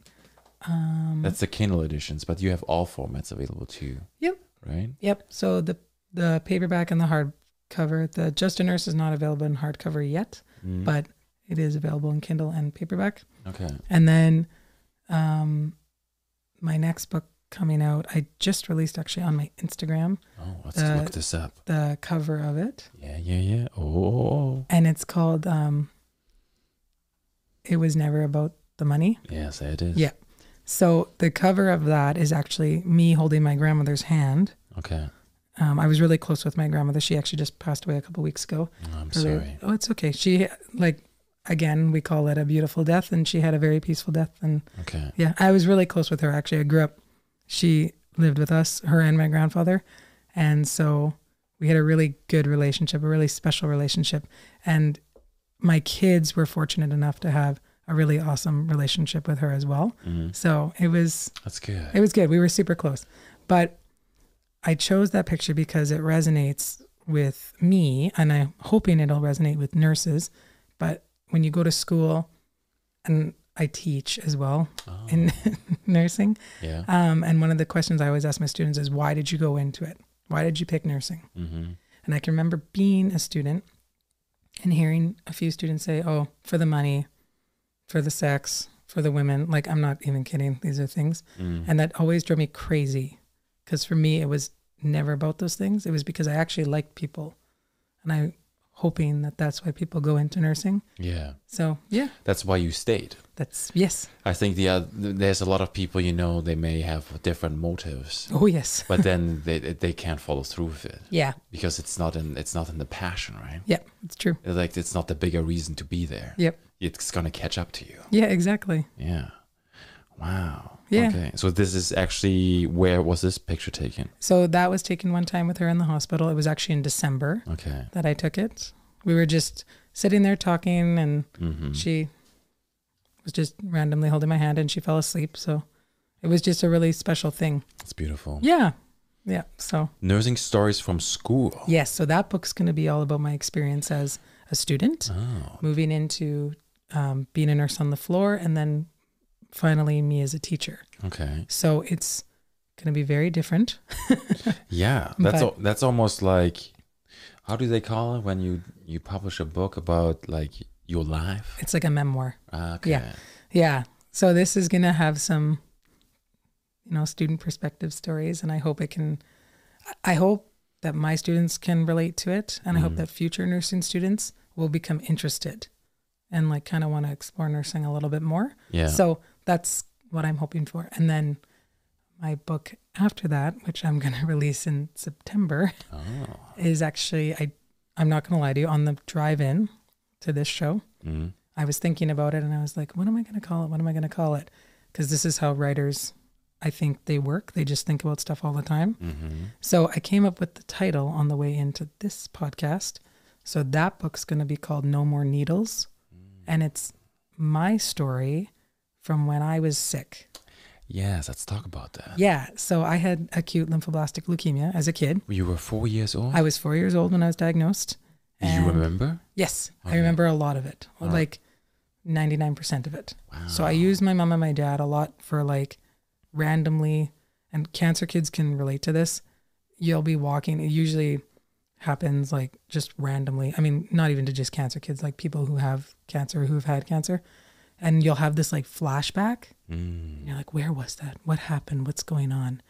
B: Um, Mm-hmm.
A: That's the Kindle editions, but you have all formats available too,
B: Yep.
A: right?
B: Yep. So the the paperback and the hardcover. The Just a Nurse is not available in hardcover yet,
A: Mm.
B: but it is available in Kindle and paperback.
A: Okay.
B: And then um my next book coming out, I just released actually on my Instagram
A: Oh, let's
B: Uh,
A: look this up.
B: the cover of it.
A: Yeah, yeah, yeah. Oh,
B: and it's called um it was never about the money
A: yes, it is.
B: yeah so the cover of that is actually me holding my grandmother's hand
A: Okay.
B: um, i was really close with my grandmother she actually just passed away a couple weeks ago
A: I'm
B: Earlier-
A: sorry.
B: oh it's okay she like again we call it a beautiful death and she had a very peaceful death and
A: Okay.
B: yeah i was really close with her actually i grew up she lived with us her and my grandfather and so we had a really good relationship a really special relationship and my kids were fortunate enough to have a really awesome relationship with her as well
D: Mm-hmm.
B: so it was
A: That's good.
B: [laughs] it was good we were super close but i chose that picture because it resonates with me and i'm hoping it'll resonate with nurses but when you go to school, and I teach as well [laughs]
D: Oh,
B: in nursing.
A: Yeah.
B: Um, and one of the questions I always ask my students is, why did you go into it? Why did you pick nursing?
D: Mm-hmm.
B: And I can remember being a student and hearing a few students say, oh, for the money, for the sex, for the women. Like, I'm not even kidding. These are things.
D: Mm-hmm.
B: [laughs] And that always drove me crazy because for me, it was never about those things. It was because I actually liked people. And I'm hoping that that's why people go into nursing.
D: Yeah.
B: So, yeah,
D: That's why you stayed.
B: that's yes.
D: I think the oth- there's a lot of people you know they may have different motives,
B: Oh, yes.
D: but
B: [laughs]
D: then they they can't follow through with it
B: Yeah.
D: because it's not in it's not in the passion, right?
B: Yeah. It's true.
D: Like it's not the bigger reason to be there.
B: Yep.
D: It's gonna catch up to you.
B: Yeah, exactly.
D: Yeah. Wow.
B: Yeah.
D: Okay. So this is actually where was this picture taken?
B: So that was taken one time with her in the hospital. It was actually in December
D: Okay.
B: that I took it. We were just sitting there talking, and she was just randomly holding my hand, and she fell asleep. So it was just a really special thing.
D: It's beautiful.
B: Yeah, yeah. So
D: Nursing stories from school.
B: yes, so that book's going to be all about my experience as a student,
A: Oh.
D: Oh,
B: moving into um, being a nurse on the floor, and then finally me as a teacher.
D: Okay.
B: So it's going to be very different.
D: Yeah. That's
B: But-
D: al- that's almost like how do they call it when you you publish a book about like your life? Ah,
B: It's like a memoir.
D: Okay.
B: Yeah. Yeah. So this is going to have some, you know, student perspective stories. And I hope it can, I hope that my students can relate to it. And I hope that future nursing students will become interested and like kind of want to explore nursing a little bit more.
D: Yeah.
B: So that's what I'm hoping for. And then my book after that, which I'm going to [laughs] release in September, is actually, I, I'm not going to lie to you, on the drive in to this show.
D: Mhm.
B: I was thinking about it and I was like, what am I going to call it? What am I going to call it? Because this is how writers, I think they work. They just think about stuff all the time.
D: Mm-hmm.
B: So I came up with the title on the way into this podcast. So that book's going to be called No More Needles.
D: Mm.
B: And it's my story from when I was sick.
D: Yes. Let's talk about that.
B: Yeah. So I had acute lymphoblastic leukemia as a kid.
D: You were four years old.
B: I was four years old when I was diagnosed.
D: Do you
B: and-
D: remember?
B: Yes, I remember a lot of it, like ninety nine percent of it. So I use my mom and my dad a lot for like randomly, and cancer kids can relate to this. You'll be walking. It usually happens like just randomly. I mean, not even to just cancer kids, like people who have cancer who have had cancer, and you'll have this like flashback.
D: Mm,
B: And you're like, where was that? What happened? What's going on?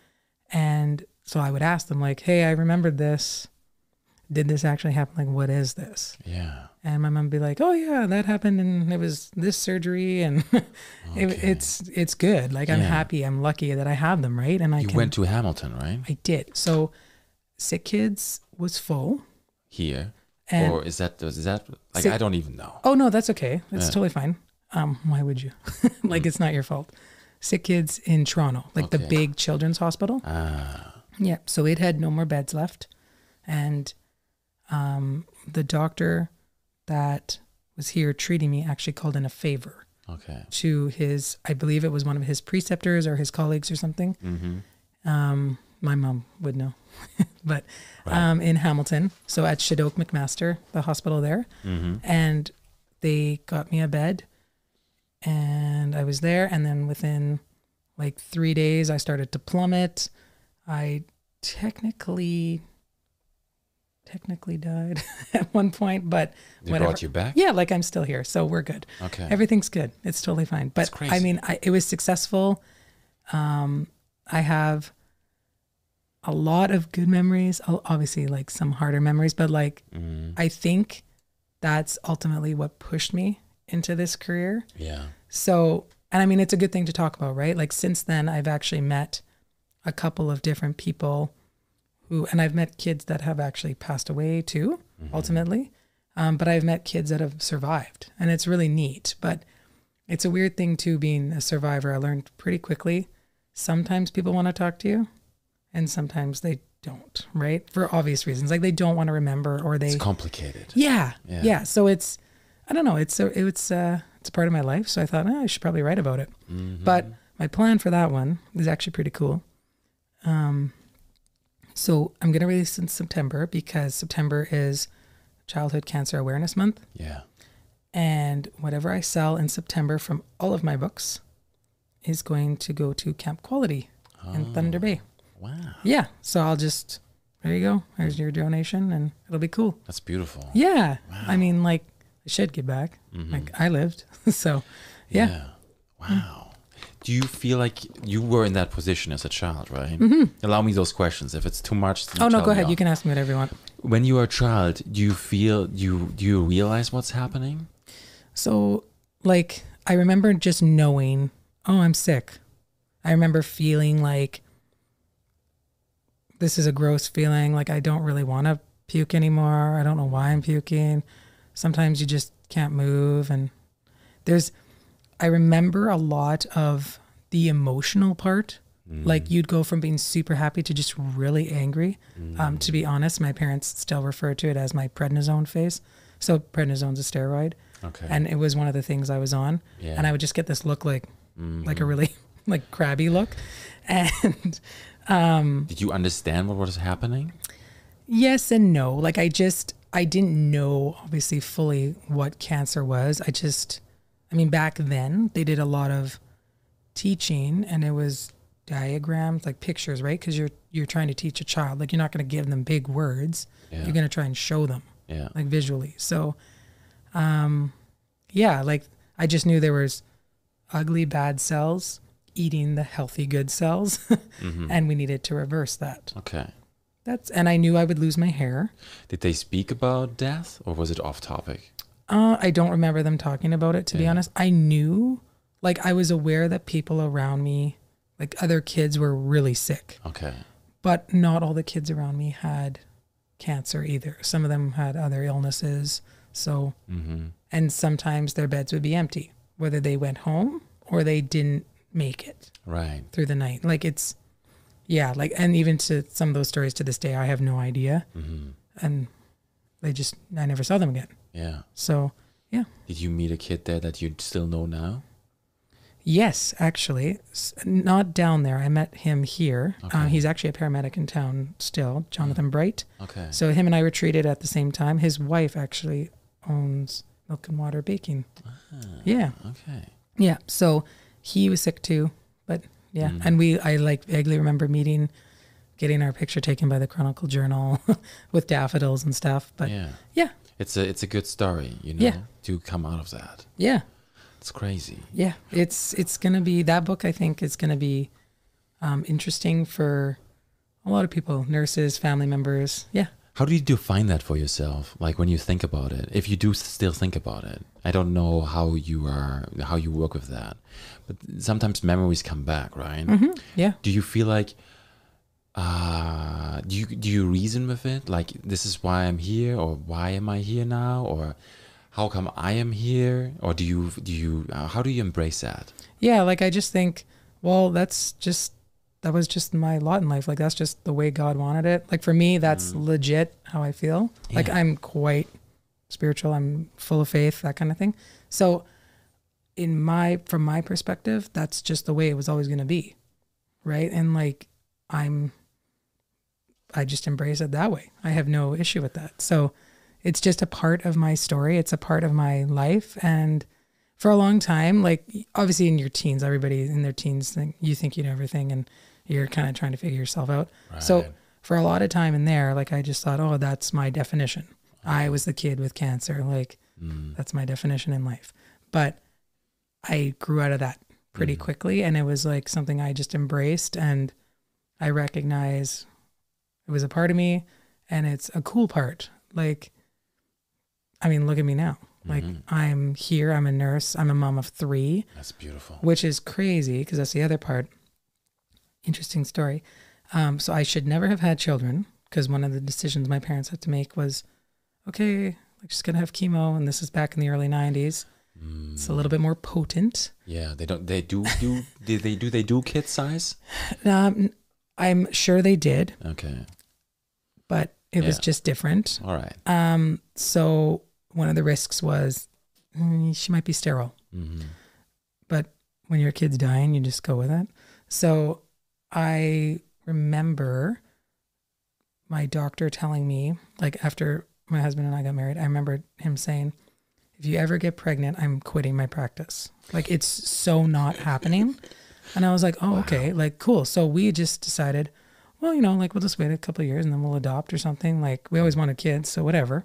B: And so I would ask them like, hey, I remembered this. Did this actually happen? Like, what is this?
D: Yeah.
B: and my mom would be like, "Oh yeah, that happened, and it was this surgery, and [laughs] it, it's it's good. Like I'm
D: Yeah.
B: happy, I'm lucky that I have them, right? And I
D: you
B: can,
D: went to Hamilton, right?
B: I did. So, sick kids was full.
D: Here.
B: And-
D: or is that is that like
B: So-
D: I don't even know.
B: Oh no, that's okay. That's totally fine. Um, why would you? [laughs] like it's not your fault. Sick kids in Toronto, like the
D: Mm. Okay.
B: big children's hospital.
D: Ah.
B: Yeah. So it had no more beds left. And um, the doctor that was here treating me actually called in a favor.
D: Okay.
B: to his, I believe it was one of his preceptors or his colleagues or something.
D: Mm-hmm.
B: Um, my mom would know, [laughs] but um, in Hamilton, so at Shadok McMaster, the hospital there,
A: Mm-hmm.
B: and they got me a bed, and I was there, and then within like three days, I started to plummet. I technically technically died [laughs] at one point, but
D: They
B: whatever.
D: brought you back?
B: Yeah, like I'm still here, so we're good.
D: Okay.
B: Everything's good. It's totally fine. But
D: That's
B: I
D: crazy.
B: mean, I, it was successful. Um, I have a lot of good memories, o- obviously, like some harder memories, but like
D: Mm-hmm.
B: I think that's ultimately what pushed me into this career.
D: yeah.
B: So, and I mean, it's a good thing to talk about, right? Like, since then, I've actually met a couple of different people who, and I've met kids that have actually passed away too, ultimately. Um, but I've met kids that have survived, and it's really neat. But it's a weird thing too, being a survivor. I learned pretty quickly. Sometimes people want to talk to you, and sometimes they don't, right? For obvious reasons, like they don't want to remember or they
D: It's complicated.
B: yeah,
D: Yeah.
B: yeah. So it's, I don't know. It's a, it's uh it's a part of my life. So I thought, oh, I should probably write about it. But my plan for that one is actually pretty cool. Um, so I'm gonna release in September because September is Childhood Cancer Awareness Month,
D: Yeah.
B: And whatever I sell in September from all of my books is going to go to Camp Quality in Thunder Bay.
A: Wow.
B: Yeah. So I'll just, there you go. There's your donation and it'll be cool.
A: That's beautiful.
B: Yeah. I mean, like, I should give back.
A: Mm-hmm.
B: Like, I lived. [laughs] so, yeah. Mm.
A: Wow. Do you feel like you were in that position as a child, right? Mm-hmm. Allow me those questions. If it's too much, then
B: Oh, no,
A: tell
B: go
A: me
B: ahead.
A: off.
B: You can ask me whatever you want.
A: When you are a child, do you feel do you do you realize what's happening?
B: So, like, I remember just knowing, oh, I'm sick. I remember feeling like this is a gross feeling. Like, I don't really want to puke anymore. I don't know why I'm puking. Sometimes you just can't move. And there's, I remember a lot of the emotional part. Like, you'd go from being super happy to just really angry. Um, to be honest, my parents still refer to it as my prednisone phase. So, prednisone's a steroid
A: Okay.
B: and it was one of the things I was on.
A: Yeah. Mm-hmm.
B: And I would just get this look like, like a really [laughs] like crabby look, and [laughs]
A: Did you understand what was happening?
B: yes and no. Like I just I didn't know obviously fully what cancer was. I just, I mean, back then they did a lot of teaching, and it was diagrams like pictures, right? Because you're you're trying to teach a child. Like you're not going to give them big words.
A: Yeah.
B: You're going to try and show them.
A: Yeah.
B: like visually. So, um, yeah, like I just knew there was ugly bad cells eating the healthy good cells, [laughs] and we needed to reverse that.
A: okay.
B: That's and I knew I would lose my hair.
A: Did they speak about death or was it off topic?
B: Uh, I don't remember them talking about it to be honest. I knew, like I was aware that people around me, like other kids, were really sick,
A: Okay.
B: but not all the kids around me had cancer either. Some of them had other illnesses. So
A: Mm-hmm.
B: and sometimes their beds would be empty, whether they went home or they didn't make it
A: Right.
B: through the night. Like it's, yeah, like, and even to some of those stories to this day, I have no idea. And they just, I never saw them again.
A: Yeah.
B: So, yeah.
A: Did you meet a kid there that you still know now?
B: Yes, actually, S- not down there. I met him here. Um, he's actually a paramedic in town still, Jonathan Bright.
A: Okay.
B: So him and I retreated at the same time. His wife actually owns Milk and Water Baking. Yeah.
A: okay.
B: Yeah. So he was sick too, but yeah. And we, I like vaguely remember meeting, getting our picture taken by the Chronicle Journal [laughs] with daffodils and stuff. But yeah.
A: Yeah.
B: Yeah.
A: It's a it's a good story, you know,
B: Yeah.
A: to come out of that.
B: Yeah.
A: It's crazy.
B: It's, it's going to be that book, I think, is going to be um, interesting for a lot of people, nurses, family members. Yeah.
A: How do you define that for yourself? Like when you think about it, if you do still think about it, I don't know how you are, how you work with that, but sometimes memories come back, right?
B: Yeah.
A: Do you feel like, uh, do you do you reason with it? Like this is why I'm here, or why am I here now, or how come I am here, or do you do you uh, how do you embrace that?
B: Yeah, like I just think, well, that's just that was just my lot in life. Like that's just the way God wanted it. Like for me, that's legit how I feel. Like
A: Yeah.
B: I'm quite spiritual. I'm full of faith, that kind of thing. So in my from my perspective, that's just the way it was always going to be. Right? And like I'm I just embrace it that way. I have no issue with that. So it's just a part of my story. It's a part of my life. And for a long time, like obviously in your teens, everybody in their teens think you think you know everything and you're kind of trying to figure yourself out. So for a lot of time in there, like I just thought, oh, that's my definition. I was the kid with cancer. Like that's my definition in life. But I grew out of that pretty quickly. And it was like something I just embraced and I recognize it was a part of me and it's a cool part like i mean look at me now like i'm here i'm a nurse i'm a mom of three
A: That's beautiful.
B: which is crazy because that's the other part interesting story um, so i should never have had children because one of the decisions my parents had to make was okay like she's gonna have chemo and this is back in the early 90s it's a little bit more potent
A: Yeah, they don't. They do do. [laughs] do they do they do kid size?
B: um, i'm sure they did
A: Okay.
B: but it was
A: Yeah.
B: just different
A: All right.
B: Um, so one of the risks was mm, she might be sterile,
A: Mm-hmm,
B: but when your kid's dying, you just go with it. So I remember my doctor telling me, like after my husband and I got married, I remember him saying, if you ever get pregnant, I'm quitting my practice. Like it's so not happening. And I was like, oh, okay, like cool. So we just decided, well, you know, like we'll just wait a couple of years and then we'll adopt or something. Like we always wanted kids, so whatever.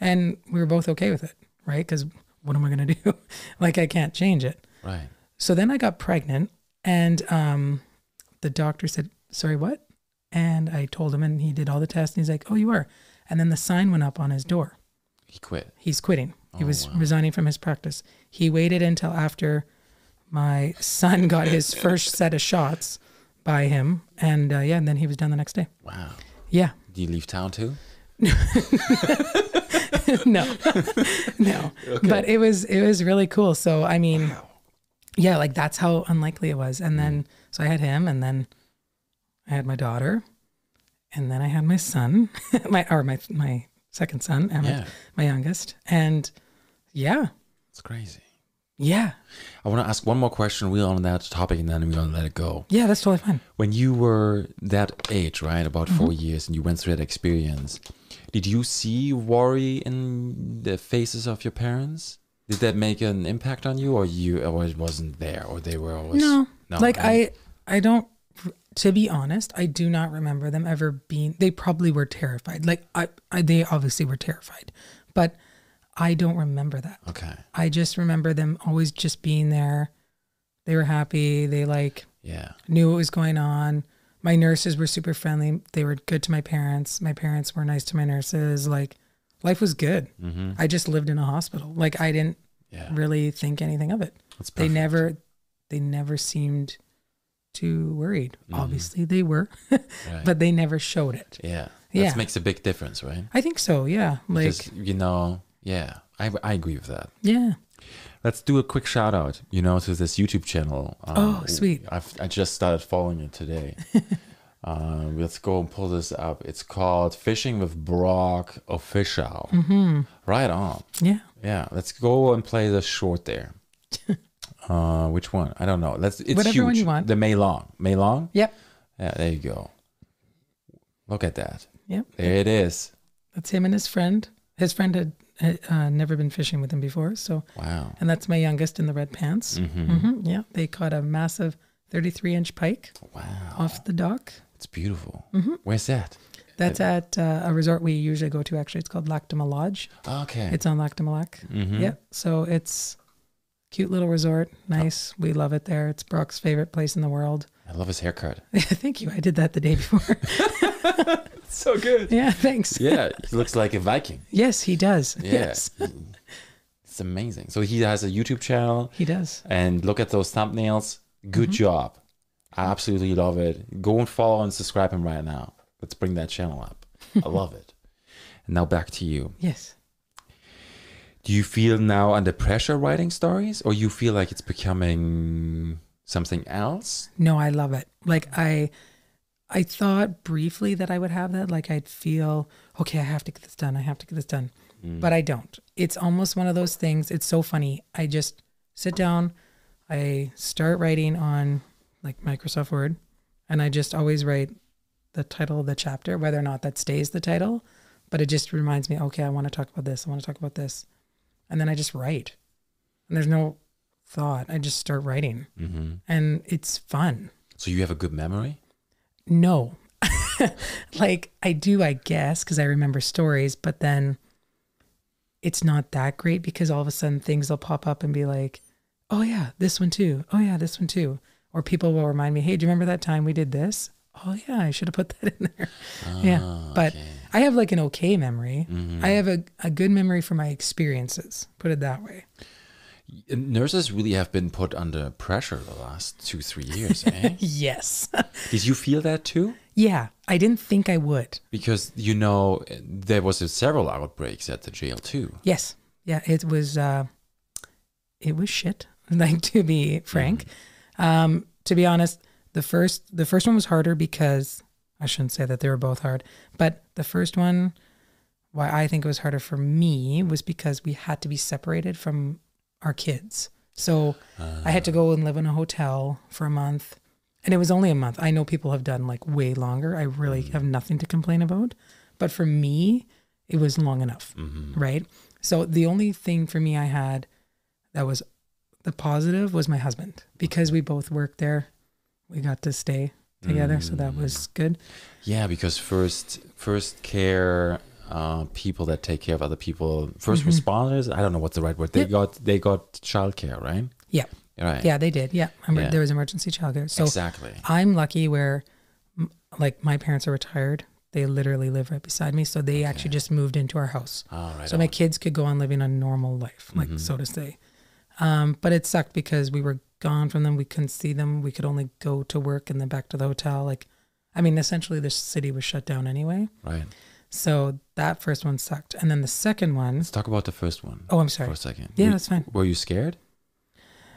B: And we were both okay with it, right? Because what am I gonna [laughs] do? like I can't change it.
A: Right.
B: So then I got pregnant, and um, the doctor said, "Sorry, what?" And I told him, and he did all the tests, and he's like, "Oh, you are." And then the sign went up on his door.
A: He quit.
B: He's quitting. He was resigning from his practice. He waited until after my [laughs] son got his first set of shots by him, and uh, yeah, and then he was done the next day.
A: Wow.
B: Yeah,
A: Do you leave town too?
B: [laughs] no, no. But it was it was really cool. So I mean, yeah, like that's how unlikely it was. And then so I had him, and then I had my daughter, and then I had my son, [laughs] my or my my second son, Emmett,
A: Yeah.
B: my youngest, and yeah,
A: It's crazy.
B: yeah,
A: I want to ask one more question. We're on that topic, and then we're gonna let it go.
B: yeah. That's totally fine.
A: When you were that age, right, about four
B: Mm-hmm.
A: years, and you went through that experience, did you see worry in the faces of your parents? Did that make an impact on you, or you or it wasn't there, or they were always
B: No, like
A: right?
B: I I don't. To be honest, I do not remember them ever being. They probably were terrified. Like I, I they obviously were terrified, but I don't remember that.
A: Okay.
B: I just remember them always just being there. They were happy. They like
A: Yeah.
B: knew what was going on. My nurses were super friendly. They were good to my parents. My parents were nice to my nurses. Like life was good.
A: Mm-hmm.
B: I just lived in a hospital. Like I didn't
A: Yeah.
B: really think anything of it.
A: That's
B: they
A: perfect.
B: never they never seemed too worried.
A: Mm-hmm.
B: Obviously they were, but they never showed it.
A: Yeah. That
B: Yeah.
A: makes a big difference, right?
B: I think so. Yeah. Like
A: Because you know, yeah, I, I agree with that.
B: yeah.
A: Let's do a quick shout out, you know, to this YouTube channel. Um,
B: Oh, sweet.
A: I've, I just started following it
B: [laughs]
A: today. uh, let's go and pull this up. It's called Fishing with Brock Official. Right on.
B: Mm-hmm. Yeah.
A: Yeah, let's go and play the short there.
B: [laughs]
A: uh, which one? I don't know. Let's. It's
B: Whatever
A: huge.
B: one you want.
A: The May Long. May Long.
B: Yep.
A: Yeah, there you go. Look at that.
B: Yep.
A: There it is.
B: That's him and his friend. His friend had, had uh, never been fishing with him before. So,
A: Wow.
B: and that's my youngest in the red pants. Mm-hmm. Yeah, they caught a massive 33 inch pike
A: Wow.
B: off the dock.
A: It's beautiful. Where's that?
B: That's at uh, a resort we usually go to. Actually, it's called Lactama Lodge.
A: Okay.
B: It's on Lac de Malac.
A: Mm-hmm.
B: Yeah, so it's cute little resort. Nice. We love it there. It's Brock's favorite place in the world. [laughs]
A: I love his haircut.
B: Thank you. I did that the day before. [laughs]
A: so good.
B: yeah, thanks.
A: [laughs] Yeah, he looks like a Viking.
B: Yes, he does.
A: Yeah.
B: Yes,
A: It's amazing. So he has a YouTube channel
B: he does.
A: and look at those thumbnails. Good job. I absolutely love it. Go and follow and subscribe him right now. Let's bring that channel up. I love it. And now back to you.
B: Yes.
A: Do you feel now under pressure writing stories or you feel like it's becoming something else?
B: No, I love it. Like I I thought briefly that I would have that. Like I'd feel, okay, I have to get this done. I have to get this done. But I don't. It's almost one of those things. It's so funny. I just sit down, I start writing on like Microsoft Word, and I just always write the title of the chapter, whether or not that stays the title. But it just reminds me, okay, I want to talk about this. I want to talk about this. And then I just write. And there's no thought. I just start writing. And it's fun.
A: So you have a good memory?
B: No. [laughs] like I do, I guess, because I remember stories, but then it's not that great because all of a sudden things will pop up and be like, oh yeah, this one too. Oh yeah, this one too. Or people will remind me, hey, do you remember that time we did this? Oh yeah, I should have put [laughs] that in there. yeah. But I have like an okay memory. I have a, a good memory for my experiences, put it that way.
A: And Nurses really have been put under pressure the last two, three years,
B: [laughs]
A: eh?
B: Yes.
A: Did you feel that too?
B: yeah. I didn't think I would.
A: Because you know there was a several outbreaks at the jail too.
B: Yes. Yeah, it was uh it was shit, [laughs] like to be frank. Um to be honest, the first the first one was harder because I shouldn't say that they were both hard, but the first one why I think it was harder for me was because we had to be separated from our kids. So I had to go and live in a hotel for a month. And it was only a month. I know people have done like way longer. I really have nothing to complain about. But for me, it was long enough. Right. So the only thing for me I had that was the positive was my husband because we both worked there. We got to stay together, so that was good.
D: Yeah, because first first care uh, people that take care of other people, 1st responders. I don't know what's the right word. They
B: Mm-hmm. Yep.
D: got they got childcare, right?
B: Yeah,
D: Right.
B: yeah, they did. Yeah, Emer-
D: Yeah.
B: there was emergency childcare. So
D: exactly.
B: I'm lucky where, m- like, my parents are retired. They literally live right beside me, so they actually just moved into our house.
D: All right.
B: so my kids could go on living a normal life, like so to say. Um, but it sucked because we were gone from them. We couldn't see them. We could only go to work and then back to the hotel. Like, I mean, essentially, the city was shut down anyway.
D: right.
B: So that first one sucked, and then the second one
D: Let's talk about the first one
B: Oh, I'm
D: for
B: sorry.
D: a second.
B: Yeah,
D: Were-
B: that's fine.
D: Were you scared?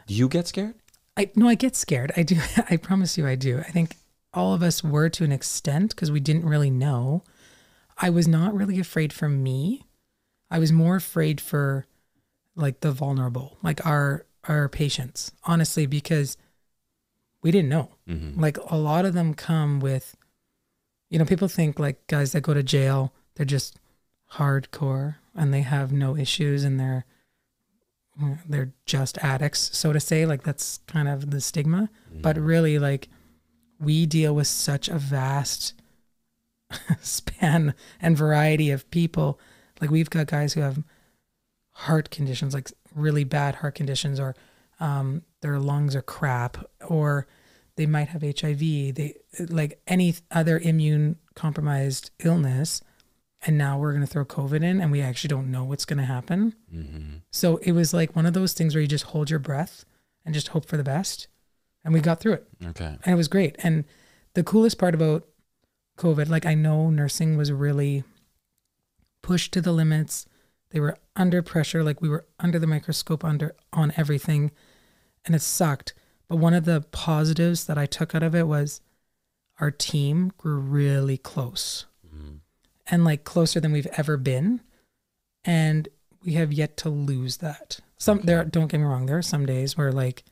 D: Do you get scared?
B: I no, I get scared. I do. [laughs] I promise you, I do. I think all of us were to an extent because we didn't really know. I was not really afraid for me. I was more afraid for like the vulnerable, like our our patients, honestly, because we didn't know. Like a lot of them come with, you know, people think like guys that go to jail, they're just hardcore and they have no issues and they're they're just addicts, so to say. Like that's kind of the stigma. But really, like we deal with such a vast [laughs] span and variety of people. Like we've got guys who have heart conditions, like really bad heart conditions, or um, their lungs are crap, or they might have HIV. They like any other immune compromised illness. And now we're going to throw COVID in, and we actually don't know what's going to happen. So it was like one of those things where you just hold your breath and just hope for the best. And we got through it
D: Okay.
B: and it was great. And the coolest part about COVID, like I know nursing was really pushed to the limits. They were under pressure, like we were under the microscope, under on everything, and it sucked. But one of the positives that I took out of it was our team grew really close, and like closer than we've ever been, and we have yet to lose that. Some there, don't get me wrong, there are some days where like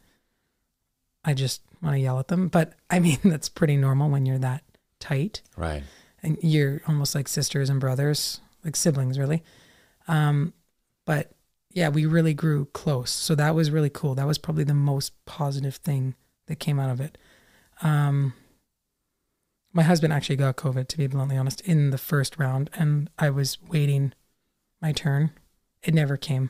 B: I just want to yell at them. But I mean, [laughs] that's pretty normal when you're that tight
D: Right.
B: and you're almost like sisters and brothers, like siblings, really. Um, but yeah, we really grew close. So that was really cool. That was probably the most positive thing that came out of it. Um, my husband actually got COVID, to be bluntly honest, in the first round, and I was waiting my turn. It never came.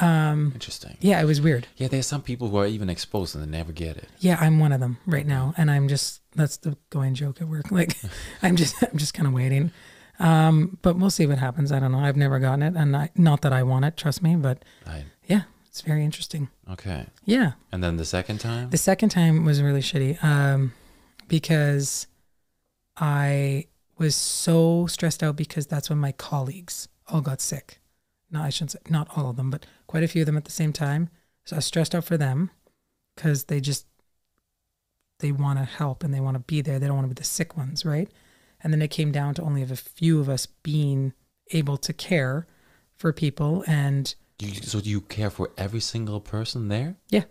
B: Um,
D: Interesting.
B: yeah, it was weird.
D: Yeah, there's some people who are even exposed and they never get it.
B: Yeah, I'm one of them right now, and I'm just that's the going joke at work. [laughs] Like, I'm just I'm just kind of waiting, um, but we'll see what happens. I don't know. I've never gotten it, and I, not that I want it. Trust me, but
D: Right.
B: yeah, it's very interesting.
D: Okay.
B: Yeah,
D: And then the second time?
B: the second time was really shitty um, because I was so stressed out because that's when my colleagues all got sick. No, I shouldn't say not all of them, but quite a few of them at the same time. So I was stressed out for them because they just they want to help and they want to be there. They don't want to be the sick ones, right? And then it came down to only of a few of us being able to care for people and
D: Do you, so do you care for every single person there?
B: yeah,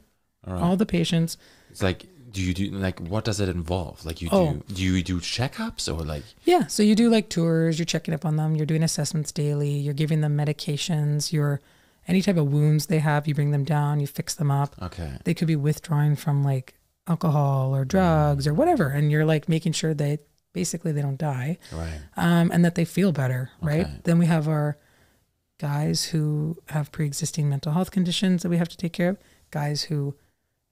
D: All right.
B: all the patients.
D: It's like, do you do like what does it involve? Like you
B: Oh.
D: do, do you do checkups or like
B: Yeah. So you do like tours, you're checking up on them, you're doing assessments daily, you're giving them medications, you're any type of wounds they have, you bring them down, you fix them up.
D: okay,
B: They could be withdrawing from like alcohol or drugs or whatever. And you're like making sure that basically they don't die
D: right,
B: um, and that they feel better, right?
D: Okay.
B: Then we have our guys who have pre-existing mental health conditions that we have to take care of. Guys who,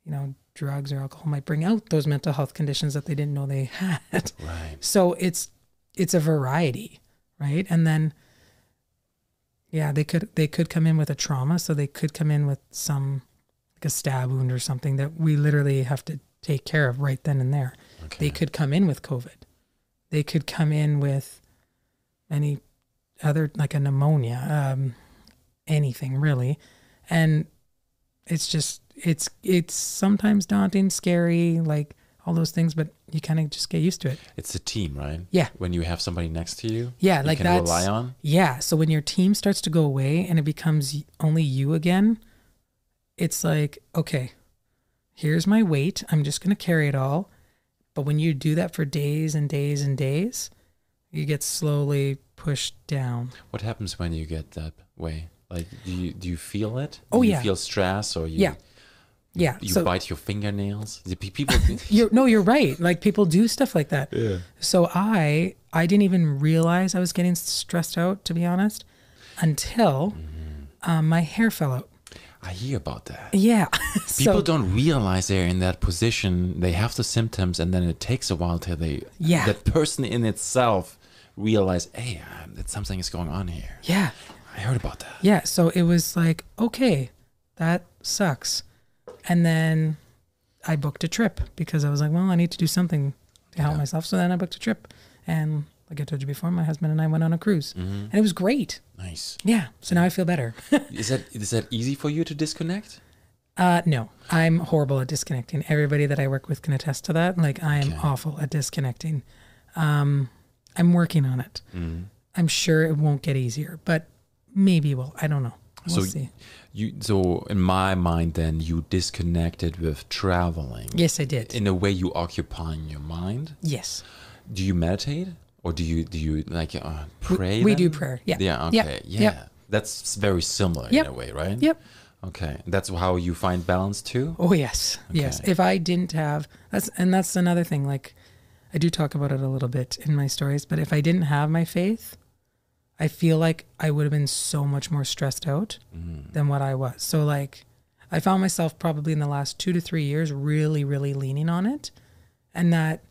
B: you know, drugs or alcohol might bring out those mental health conditions that they didn't know they [laughs] had.
D: right,
B: So it's it's a variety, right? And then yeah, they could they could come in with a trauma, so they could come in with some like a stab wound or something that we literally have to take care of right then and there.
D: okay,
B: They could come in with COVID. They could come in with any other like a pneumonia, um, anything really, and it's just it's it's sometimes daunting, scary, like all those things, but you kind of just get used to it.
D: it's a team, right?
B: Yeah.
D: When you have somebody next to you,
B: Yeah,
D: you
B: like
D: can
B: that's
D: rely on.
B: Yeah, so when your team starts to go away and it becomes y- only you again, it's like, okay, here's my weight. I'm just going to carry it all. But when you do that for days and days and days, you get slowly pushed down.
D: What happens when you get that way?
A: Like, do you do you feel it?
B: Oh,
A: do you
B: yeah.
A: Feel stress or you?
B: Yeah. Yeah.
A: You
B: so
A: bite your fingernails. The pe-
B: [laughs]
A: people.
B: you're no, you're right. Like people do stuff like that. Yeah. So I I didn't even realize I was getting stressed out to be honest until
D: Mm-hmm.
B: um, my hair fell out.
A: I hear about that.
B: Yeah. [laughs]
A: People
B: so,
A: don't realize they're in that position. They have the symptoms, and then it takes a while till they.
B: Yeah.
A: That person in itself realize, hey, i that something is going on here.
B: Yeah.
A: I heard about that.
B: Yeah. So it was like, okay, that sucks. And then I booked a trip because I was like, well, I need to do something to help myself. So then I booked a trip. And like I told you before, my husband and I went on a cruise and it was great.
A: Nice.
B: Yeah. So now I feel better. [laughs]
A: Is that is that easy for you to disconnect?
B: uh, no, I'm horrible at disconnecting. Everybody that I work with can attest to that. Like I am awful at disconnecting. Um, I'm working on it. I'm sure it won't get easier, but maybe it will. I don't know. We'll
A: so
B: see.
A: you so in my mind then you disconnected with traveling.
B: Yes, I did.
A: In a way you occupying your mind.
B: yes.
A: Do you meditate or do you do you like uh, pray?
B: we do
A: then?
B: prayer, yeah.
A: Yeah.
B: Yep,
A: Okay. Yeah.
B: yep.
A: That's s- very similar
B: Yep,
A: in a way, right?
B: yep.
A: Okay. That's how you find balance too.
B: Oh yes, yes.
A: Okay.
B: If I didn't have that's and that's another thing. Like I do talk about it a little bit in my stories, but if I didn't have my faith, I feel like I would have been so much more stressed out than what I was. So like I found myself probably in the last two to three years really, really leaning on it, and that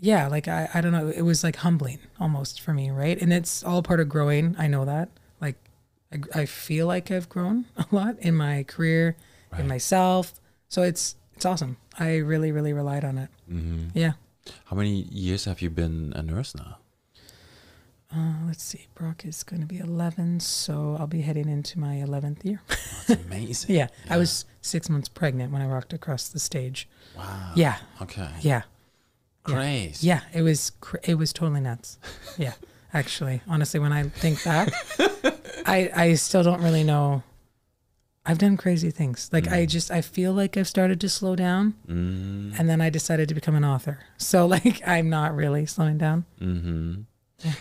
B: yeah, like I, I don't know, it was like humbling almost for me, right? And it's all part of growing. I know that. Like, I, I feel like I've grown [laughs] a lot in my career, in myself. So it's it's awesome. I really, really relied on it. Mm-hmm. Yeah.
A: How many years have you been a nurse now?
B: Uh, let's see. Brock is going to be 11, so I'll be heading into my 11th year. [laughs]
A: That's amazing.
B: yeah, I was six months pregnant when I walked across the stage.
A: Wow.
B: Yeah.
A: Okay.
B: Yeah.
A: Great.
B: Yeah, it was cr- it was totally nuts. Yeah, actually, honestly, when I think back, I I still don't really know. I've done crazy things. Like I just I feel like I've started to slow down, and then I decided to become an author. So [laughs] like I'm not really slowing down.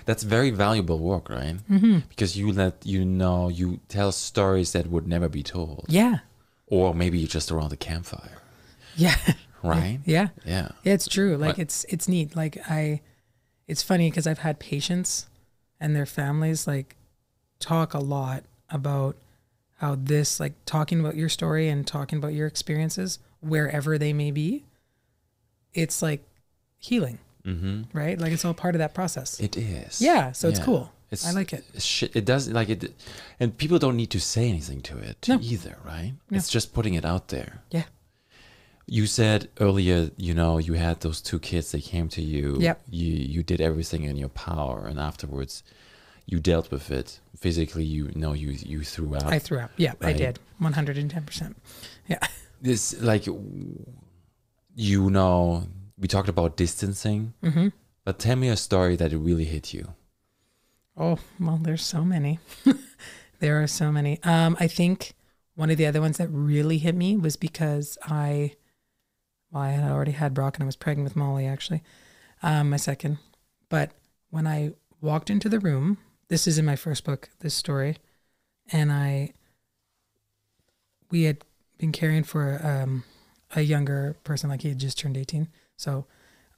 A: That's very valuable work, right?
B: Mm-hmm.
A: Because you let you know you tell stories that would never be told,
B: Yeah,
A: or maybe just around the campfire,
B: yeah, [laughs]
A: right?
B: yeah.
A: Yeah.
B: Yeah, it's true. Like
A: Right.
B: it's it's neat. Like I, it's funny because I've had patients and their families like talk a lot about how this like talking about your story and talking about your experiences wherever they may be. It's like healing, mm-hmm. right? Like it's all part of that process.
A: It is.
B: Yeah, so it's cool.
A: It's,
B: I like it.
A: it's shi- It does like it, and people don't need to say anything to it
B: No.
A: either, right? It's just putting it out there.
B: yeah,
A: You said earlier, you know, you had those two kids. They came to you.
B: Yep.
A: You you did everything in your power, and afterwards, you dealt with it physically. You know, you you threw out.
B: I threw up. Yeah, I
A: Right.
B: did. One hundred and ten percent. Yeah,
A: this like you know we talked about distancing
B: Mm-hmm.
A: but tell me a story that really hit you
B: Oh, well, there's so many. [laughs] there are so many. Um, I think one of the other ones that really hit me was because I, well, I had already had Brock and I was pregnant with Molly, actually, um, my second. But when I walked into the room, this is in my first book, this story, and I, we had been caring for um, a younger person, like he had just turned 18. So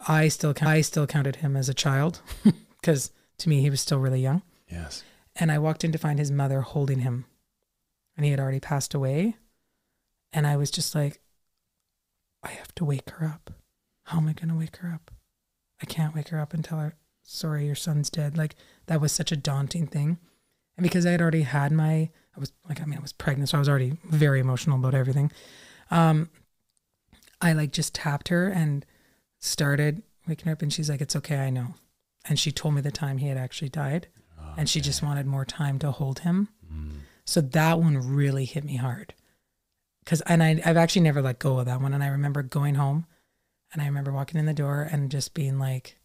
B: I still, I still counted him as a child [laughs] because to me, he was still really young
A: yes
B: and I walked in to find his mother holding him, and he had already passed away. And I was just like, I have to wake her up. How am I going to wake her up? I can't wake her up and tell her, sorry, your son's dead. Like, that was such a daunting thing. And because I had already had my, I was like, I mean, I was pregnant, so I was already very emotional about everything. Um, I like just tapped her and started waking her up, and she's like, it's okay, I know. And she told me the time he had actually died and she just wanted more time to hold him. So that one really hit me hard. Cause and I I've actually never let go of that one. And I remember going home and I remember walking in the door and just being like,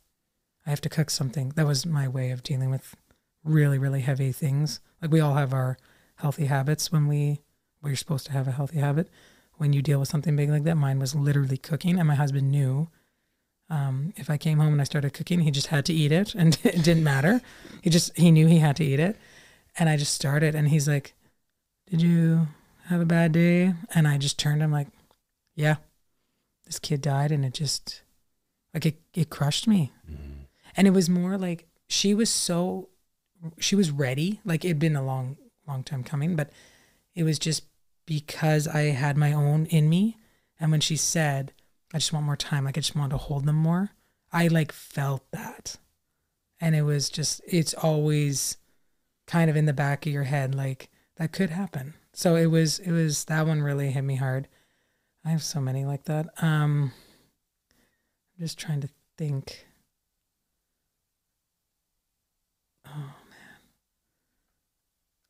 B: I have to cook something. That was my way of dealing with really, really heavy things. Like we all have our healthy habits when we we're supposed to have a healthy habit. When you deal with something big like that, mine was literally cooking and my husband knew um, if I [laughs] came home and I started cooking, he just had to eat it, and it didn't matter. He just he knew he had to eat it, And I just started, and he's like, "Did you have a bad day?" And I just turned him like, "Yeah, this kid died, and it just like it it crushed me." And it was more like she was so she was ready. Like it'd been a long long time coming, but it was just because I had my own in me. And when she said, I just want more time, like I just wanted to hold them more, I like felt that. And it was just, it's always kind of in the back of your head, like that could happen. So it was, it was, that one really hit me hard. I have so many like that. Um, I'm just trying to think.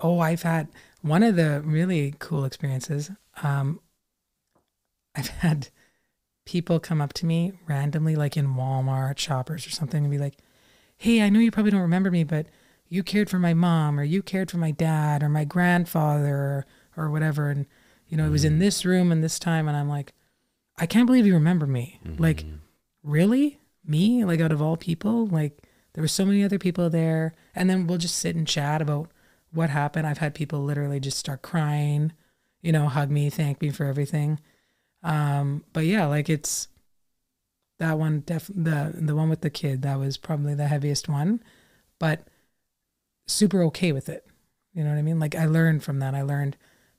B: Oh, I've had one of the really cool experiences. Um, I've had people come up to me randomly, like in Walmart, Shoppers, or something, and be like, "Hey, I know you probably don't remember me, but you cared for my mom, or you cared for my dad, or my grandfather, or, or whatever." And you know, it was in this room and this time, and I'm like, "I can't believe you remember me." Like, really, me? Like, out of all people, like there were so many other people there, and then we'll just sit and chat about what happened. I've had people literally just start crying, you know, hug me, thank me for everything. Um, but yeah, like it's that one def the the one with the kid, that was probably the heaviest one, but super okay with it. You know what I mean? Like I learned from that. I learned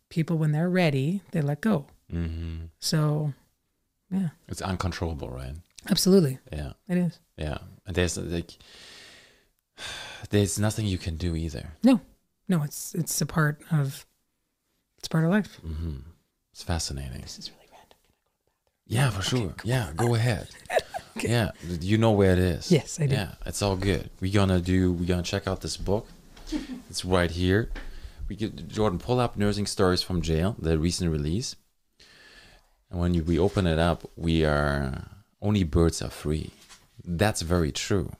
B: people when they're ready, they let go.
A: hmm
B: So yeah,
A: It's uncontrollable, right?
B: absolutely.
A: Yeah,
B: It is.
A: yeah. And there's like, there's nothing you can do either.
B: No. No, it's it's a part of it's part of life.
A: hmm It's fascinating.
B: This is really random.
A: Yeah, for sure. Yeah, go
B: [laughs]
A: ahead. Yeah, you know where it is.
B: Yes, I do.
A: Yeah, it's all good. We're gonna do. We're gonna check out this
B: [laughs]
A: book. It's right here. We could Jordan pull up nursing stories from jail, the recent release. And when you, we open it up, we are only birds are free. That's very true.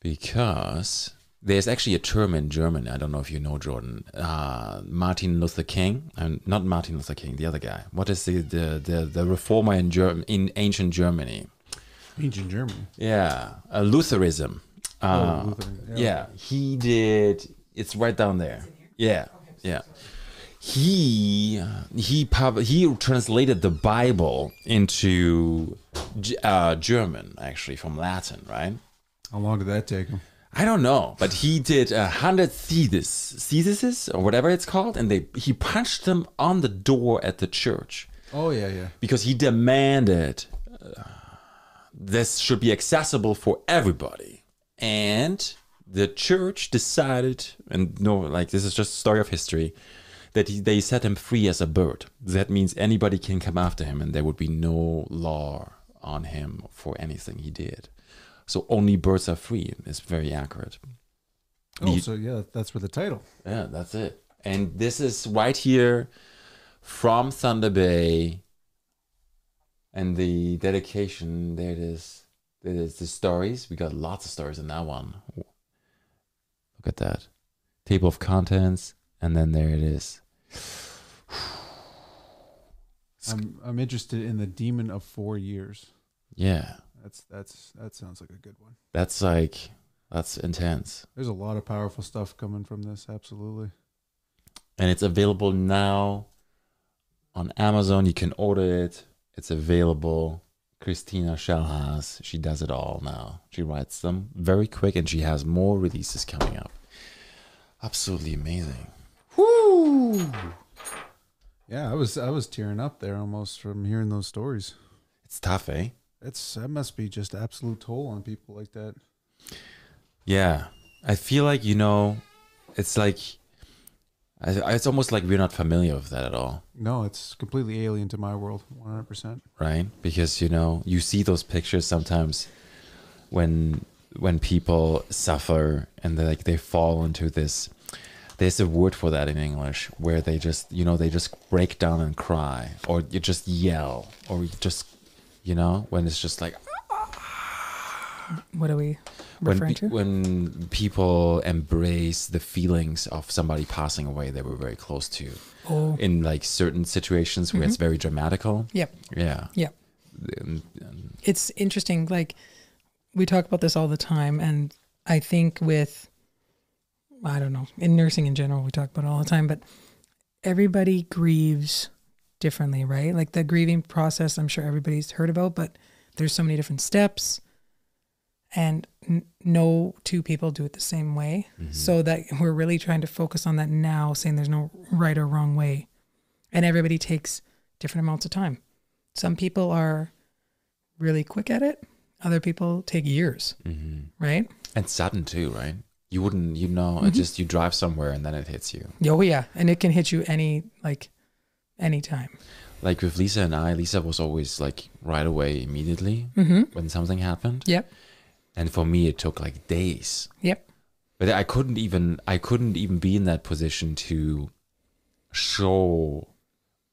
A: Because there's actually a term in German. I don't know if you know Jordan. Uh, Martin Luther King, and not Martin Luther King, the other guy. What is the the the, the reformer in Germ- in ancient Germany?
E: Ancient Germany.
A: Yeah, uh, Lutheranism. Uh, yeah. he did. It's right down there. Yeah, yeah. He he pub- he translated the Bible into G- uh, German, actually from Latin, right?
E: How long did that take him?
A: I don't know, but he did a hundred theses, theses or whatever it's called, and they he punched them on the door at the church
E: Oh yeah, yeah.
A: because he demanded uh, this should be accessible for everybody. And the church decided, and no, like this is just a story of history, that he, they set him free as a bird. That means anybody can come after him, and there would be no law on him for anything he did. So only birds are free. It's very accurate.
E: Oh,
A: You-
E: so yeah, that's for the title.
A: Yeah, that's it. And this is right here from Thunder Bay. And the dedication, there it is. There it is the stories. We got lots of stories in that one. Look at that. Table of contents. And then there it is.
E: I'm I'm interested in the Demon of Four Years.
A: Yeah.
E: That's that's that sounds like a good one.
A: That's like, that's intense.
E: There's a lot of powerful stuff coming from this. Absolutely.
A: And it's available now on Amazon. You can order it. It's available. Christina Schellhaas, she does it all now. She writes them very quick and she has more releases coming up. Absolutely amazing. Woo!
E: Yeah, I was I was tearing up there almost from hearing those stories.
A: It's tough, eh?
E: That's that must be just absolute toll on people like that.
A: Yeah. I feel like, you know, it's like, I, I- it's almost like we're not familiar with that at all.
E: No, it's completely alien to my world. 100. percent
A: right? Because you know you see those pictures sometimes when when people suffer and they like they fall into this. There's a word for that in English where they just you know they just break down and cry or you just yell or you just you know when it's just like
B: What are we
A: when
B: referring
A: pe-
B: to?
A: when people embrace the feelings of somebody passing away they were very close to
B: Oh.
A: in like certain situations where
B: Mm-hmm.
A: it's very dramatical
B: Yep.
A: yeah
B: Yep.
A: And- and
B: it's interesting like we talk about this all the time and i think with I don't know, in nursing in general, we talk about it all the time, but everybody grieves differently, right? Like the grieving process, I'm sure everybody's heard about, but there's so many different steps, and n- no two people do it the same way. So that we're really trying to focus on that now, saying there's no right or wrong way, and everybody takes different amounts of time. Some people are really quick at it. Other people take years, right?
A: And sudden too, right? You wouldn't, you know, it just you drive somewhere and then it hits you.
B: Oh yeah, and it can hit you any like any time.
A: Like with Lisa and I, Lisa was always like right away immediately when something happened.
B: Yep.
A: And for me, it took like days.
B: Yep.
A: But I couldn't even, I couldn't even be in that position to show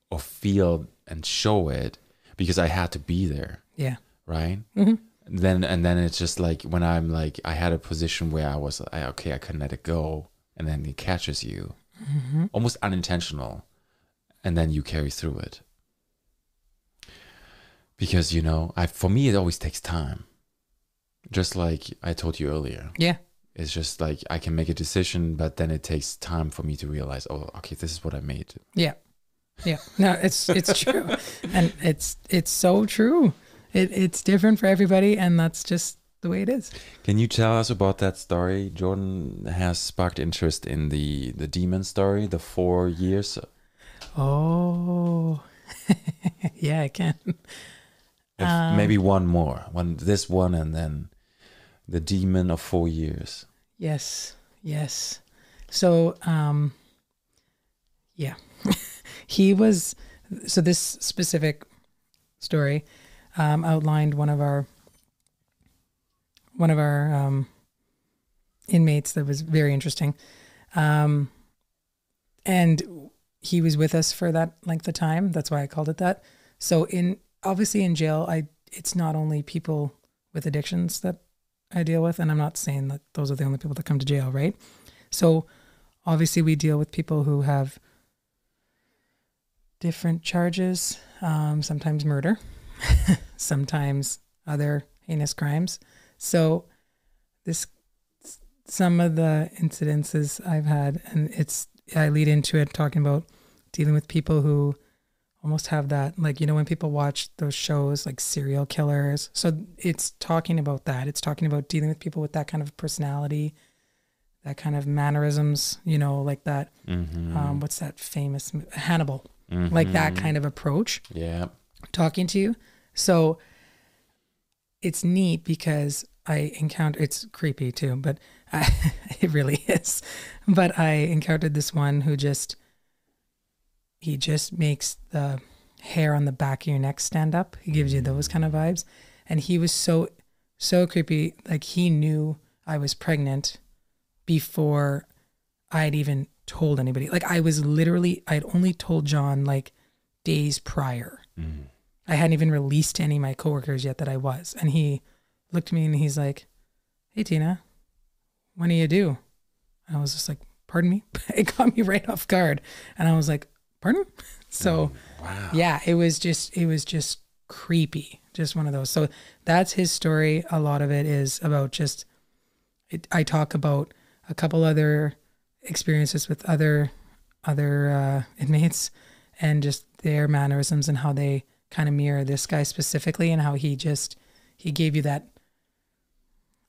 A: or feel and show it because I had to be there.
B: Yeah. Mm-hmm.
A: right? Then and then it's just like when I'm like I had a position where I was I, okay, I couldn't let it go, and then it catches you,
B: Mm-hmm.
A: almost unintentional, and then you carry through it. Because you know, I for me it always takes time. Just like I told you earlier,
B: Yeah.
A: it's just like I can make a decision, but then it takes time for me to realize, oh, okay, this is what I made.
B: Yeah. Yeah. No, it's it's true. and it's it's so true. It it's different for everybody and that's just the way it is.
A: Can you tell us about that story? Jordan has sparked interest in the the demon story, the four years.
B: Oh. [laughs] yeah, I can.
A: If maybe one more, one this one, and then the demon of four years.
B: Yes. Yes. So, um, yeah, [laughs] he was. So this specific story um, outlined one of our one of our um, inmates that was very interesting, um, and he was with us for that length of time. That's why I called it that. So in obviously in jail, I it's not only people with addictions that I deal with, and I'm not saying that those are the only people that come to jail, right? So obviously, we deal with people who have different charges, um, sometimes murder, [laughs] sometimes other heinous crimes. So this some of the incidences I've had, and it's I lead into it talking about dealing with people who almost have that like you know when people watch those shows like serial killers so it's talking about that it's talking about dealing with people with that kind of personality that kind of mannerisms you know like that um, what's that famous mo- hannibal like that kind of approach
A: Yeah,
B: talking to you. So it's neat because I encounter it's creepy too, but [laughs] I, it really is. But I encountered this one who just he just makes the hair on the back of your neck stand up. He gives you those kind of vibes, and he was so so creepy. Like he knew I was pregnant before I'd even told anybody. Like I was literally I'd only told John like days prior. I hadn't even released to any of my coworkers yet that I was. And he looked at me and he's like, Hey, Tina, when do you do? And I was just like, Pardon me? [laughs] it caught me right off guard. And I was like, Pardon? [laughs] So, yeah, it was just, it was just creepy. Just one of those. So that's his story. A lot of it is about just, it, I talk about a couple other experiences with other other uh, inmates and just their mannerisms and how they kind of mirror this guy specifically and how he just he gave you that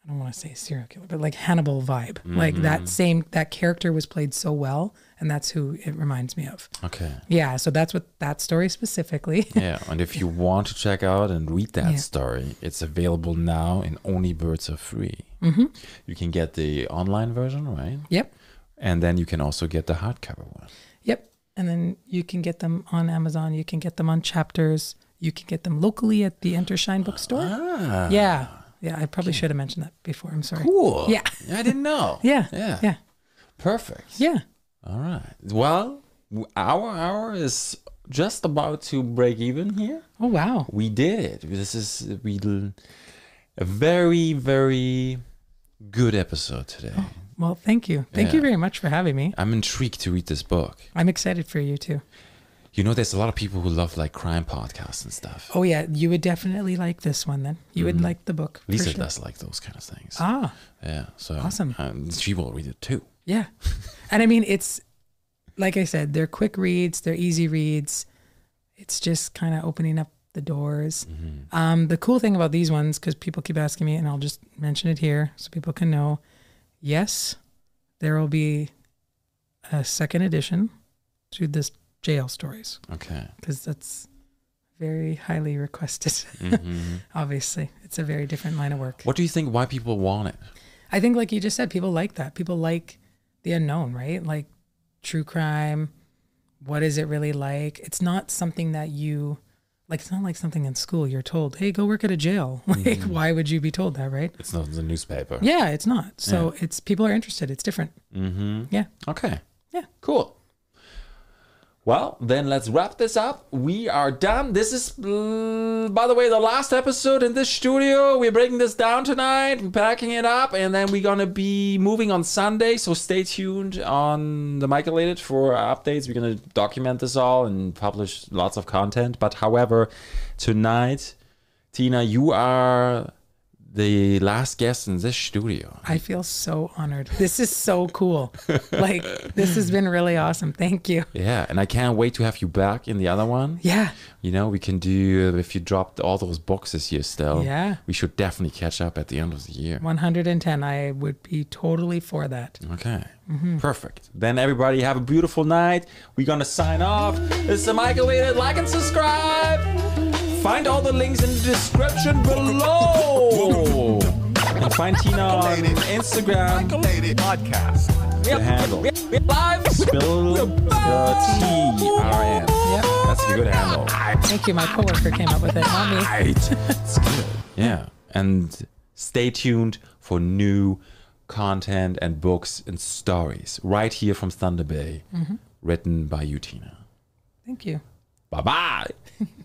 B: I don't want to say serial killer, but like Hannibal vibe. Like that same that character was played so well, and that's who it reminds me of.
A: okay,
B: Yeah, so that's what that story specifically. [laughs]
A: yeah. And if you want to check out and read that story, it's available now, and only birds are free. Mm-hmm. You can get the online version, right?
B: yep,
A: And then you can also get the hardcover one.
B: yep. And then you can get them on Amazon. You can get them on Chapters. You can get them locally at the Entershine bookstore.
A: Ah,
B: Yeah. Yeah. I probably should have mentioned that before. I'm sorry.
A: cool.
B: Yeah.
A: [laughs] I didn't know.
B: [laughs] Yeah.
A: yeah,
B: Yeah.
A: perfect.
B: Yeah.
A: All right. Well, w- our hour is just about to break even here.
B: Oh, wow.
A: We did it. This is we l- a very very good episode today.
B: Oh. Well, thank you. Thank you
A: Yeah.
B: very much for having me.
A: I'm intrigued to read this book.
B: I'm excited for you too.
A: You know, there's a lot of people who love like crime podcasts and stuff.
B: Oh, yeah. You would definitely like this one then. You would like the book. for
A: Mm-hmm. Lisa
B: sure.
A: does like those kind of things.
B: Ah,
A: yeah. So
B: Awesome.
A: um, she will read it too.
B: Yeah. And I mean, it's like I said, they're quick reads, they're easy reads. It's just kind of opening up the doors. Um, the cool thing about these ones, because people keep asking me, and I'll just mention it here so people can know yes, there will be a second edition to this jail stories
A: Okay.
B: because that's very highly requested. [laughs] Obviously, it's a very different line of work.
A: What do you think? Why people want it?
B: I think, like you just said, people like that. People like the unknown, right? Like true crime. What is it really like? It's not something that you like. It's not like something in school you're told, "Hey, go work at a jail." [laughs] Like, why would you be told that, right?
A: It's not the newspaper.
B: Yeah, it's not. So it's people are interested. It's different. Mm-hmm. Yeah.
A: Okay.
B: Yeah.
A: Cool. Well, then let's wrap this up. We are done. This is, mm, by the way, the last episode in this studio. We're breaking this down tonight, we're packing it up, and then we're going to be moving on Sunday. So stay tuned on the Michaelated for updates. We're going to document this all and publish lots of content. But however, tonight, Tina, you are the last guest in this studio.
B: I feel so honored. [laughs] This is so cool. like this has been really awesome. Thank you. [laughs]
A: Yeah, and I can't wait to have you back in the other one.
B: Yeah.
A: You know, we can do uh, if you dropped all those boxes here still.
B: Yeah.
A: We should definitely catch up at the end of the year.
B: 110. I would be totally for that.
A: Okay. Perfect. Then everybody have a beautiful night. We're gonna sign off. This is the Michael Leader. Like and subscribe. Find all the links in the description below. And find Tina on Instagram.
F: Michaelated podcast.
A: The handle.
G: Live spill the tea.
A: RN.
B: Yep.
A: E That's a good handle.
B: Thank you. My coworker came up with it, not me.
A: Yeah. And stay tuned for new content and books and stories right here from Thunder Bay, written by you, Tina.
B: Thank you.
A: Bye bye.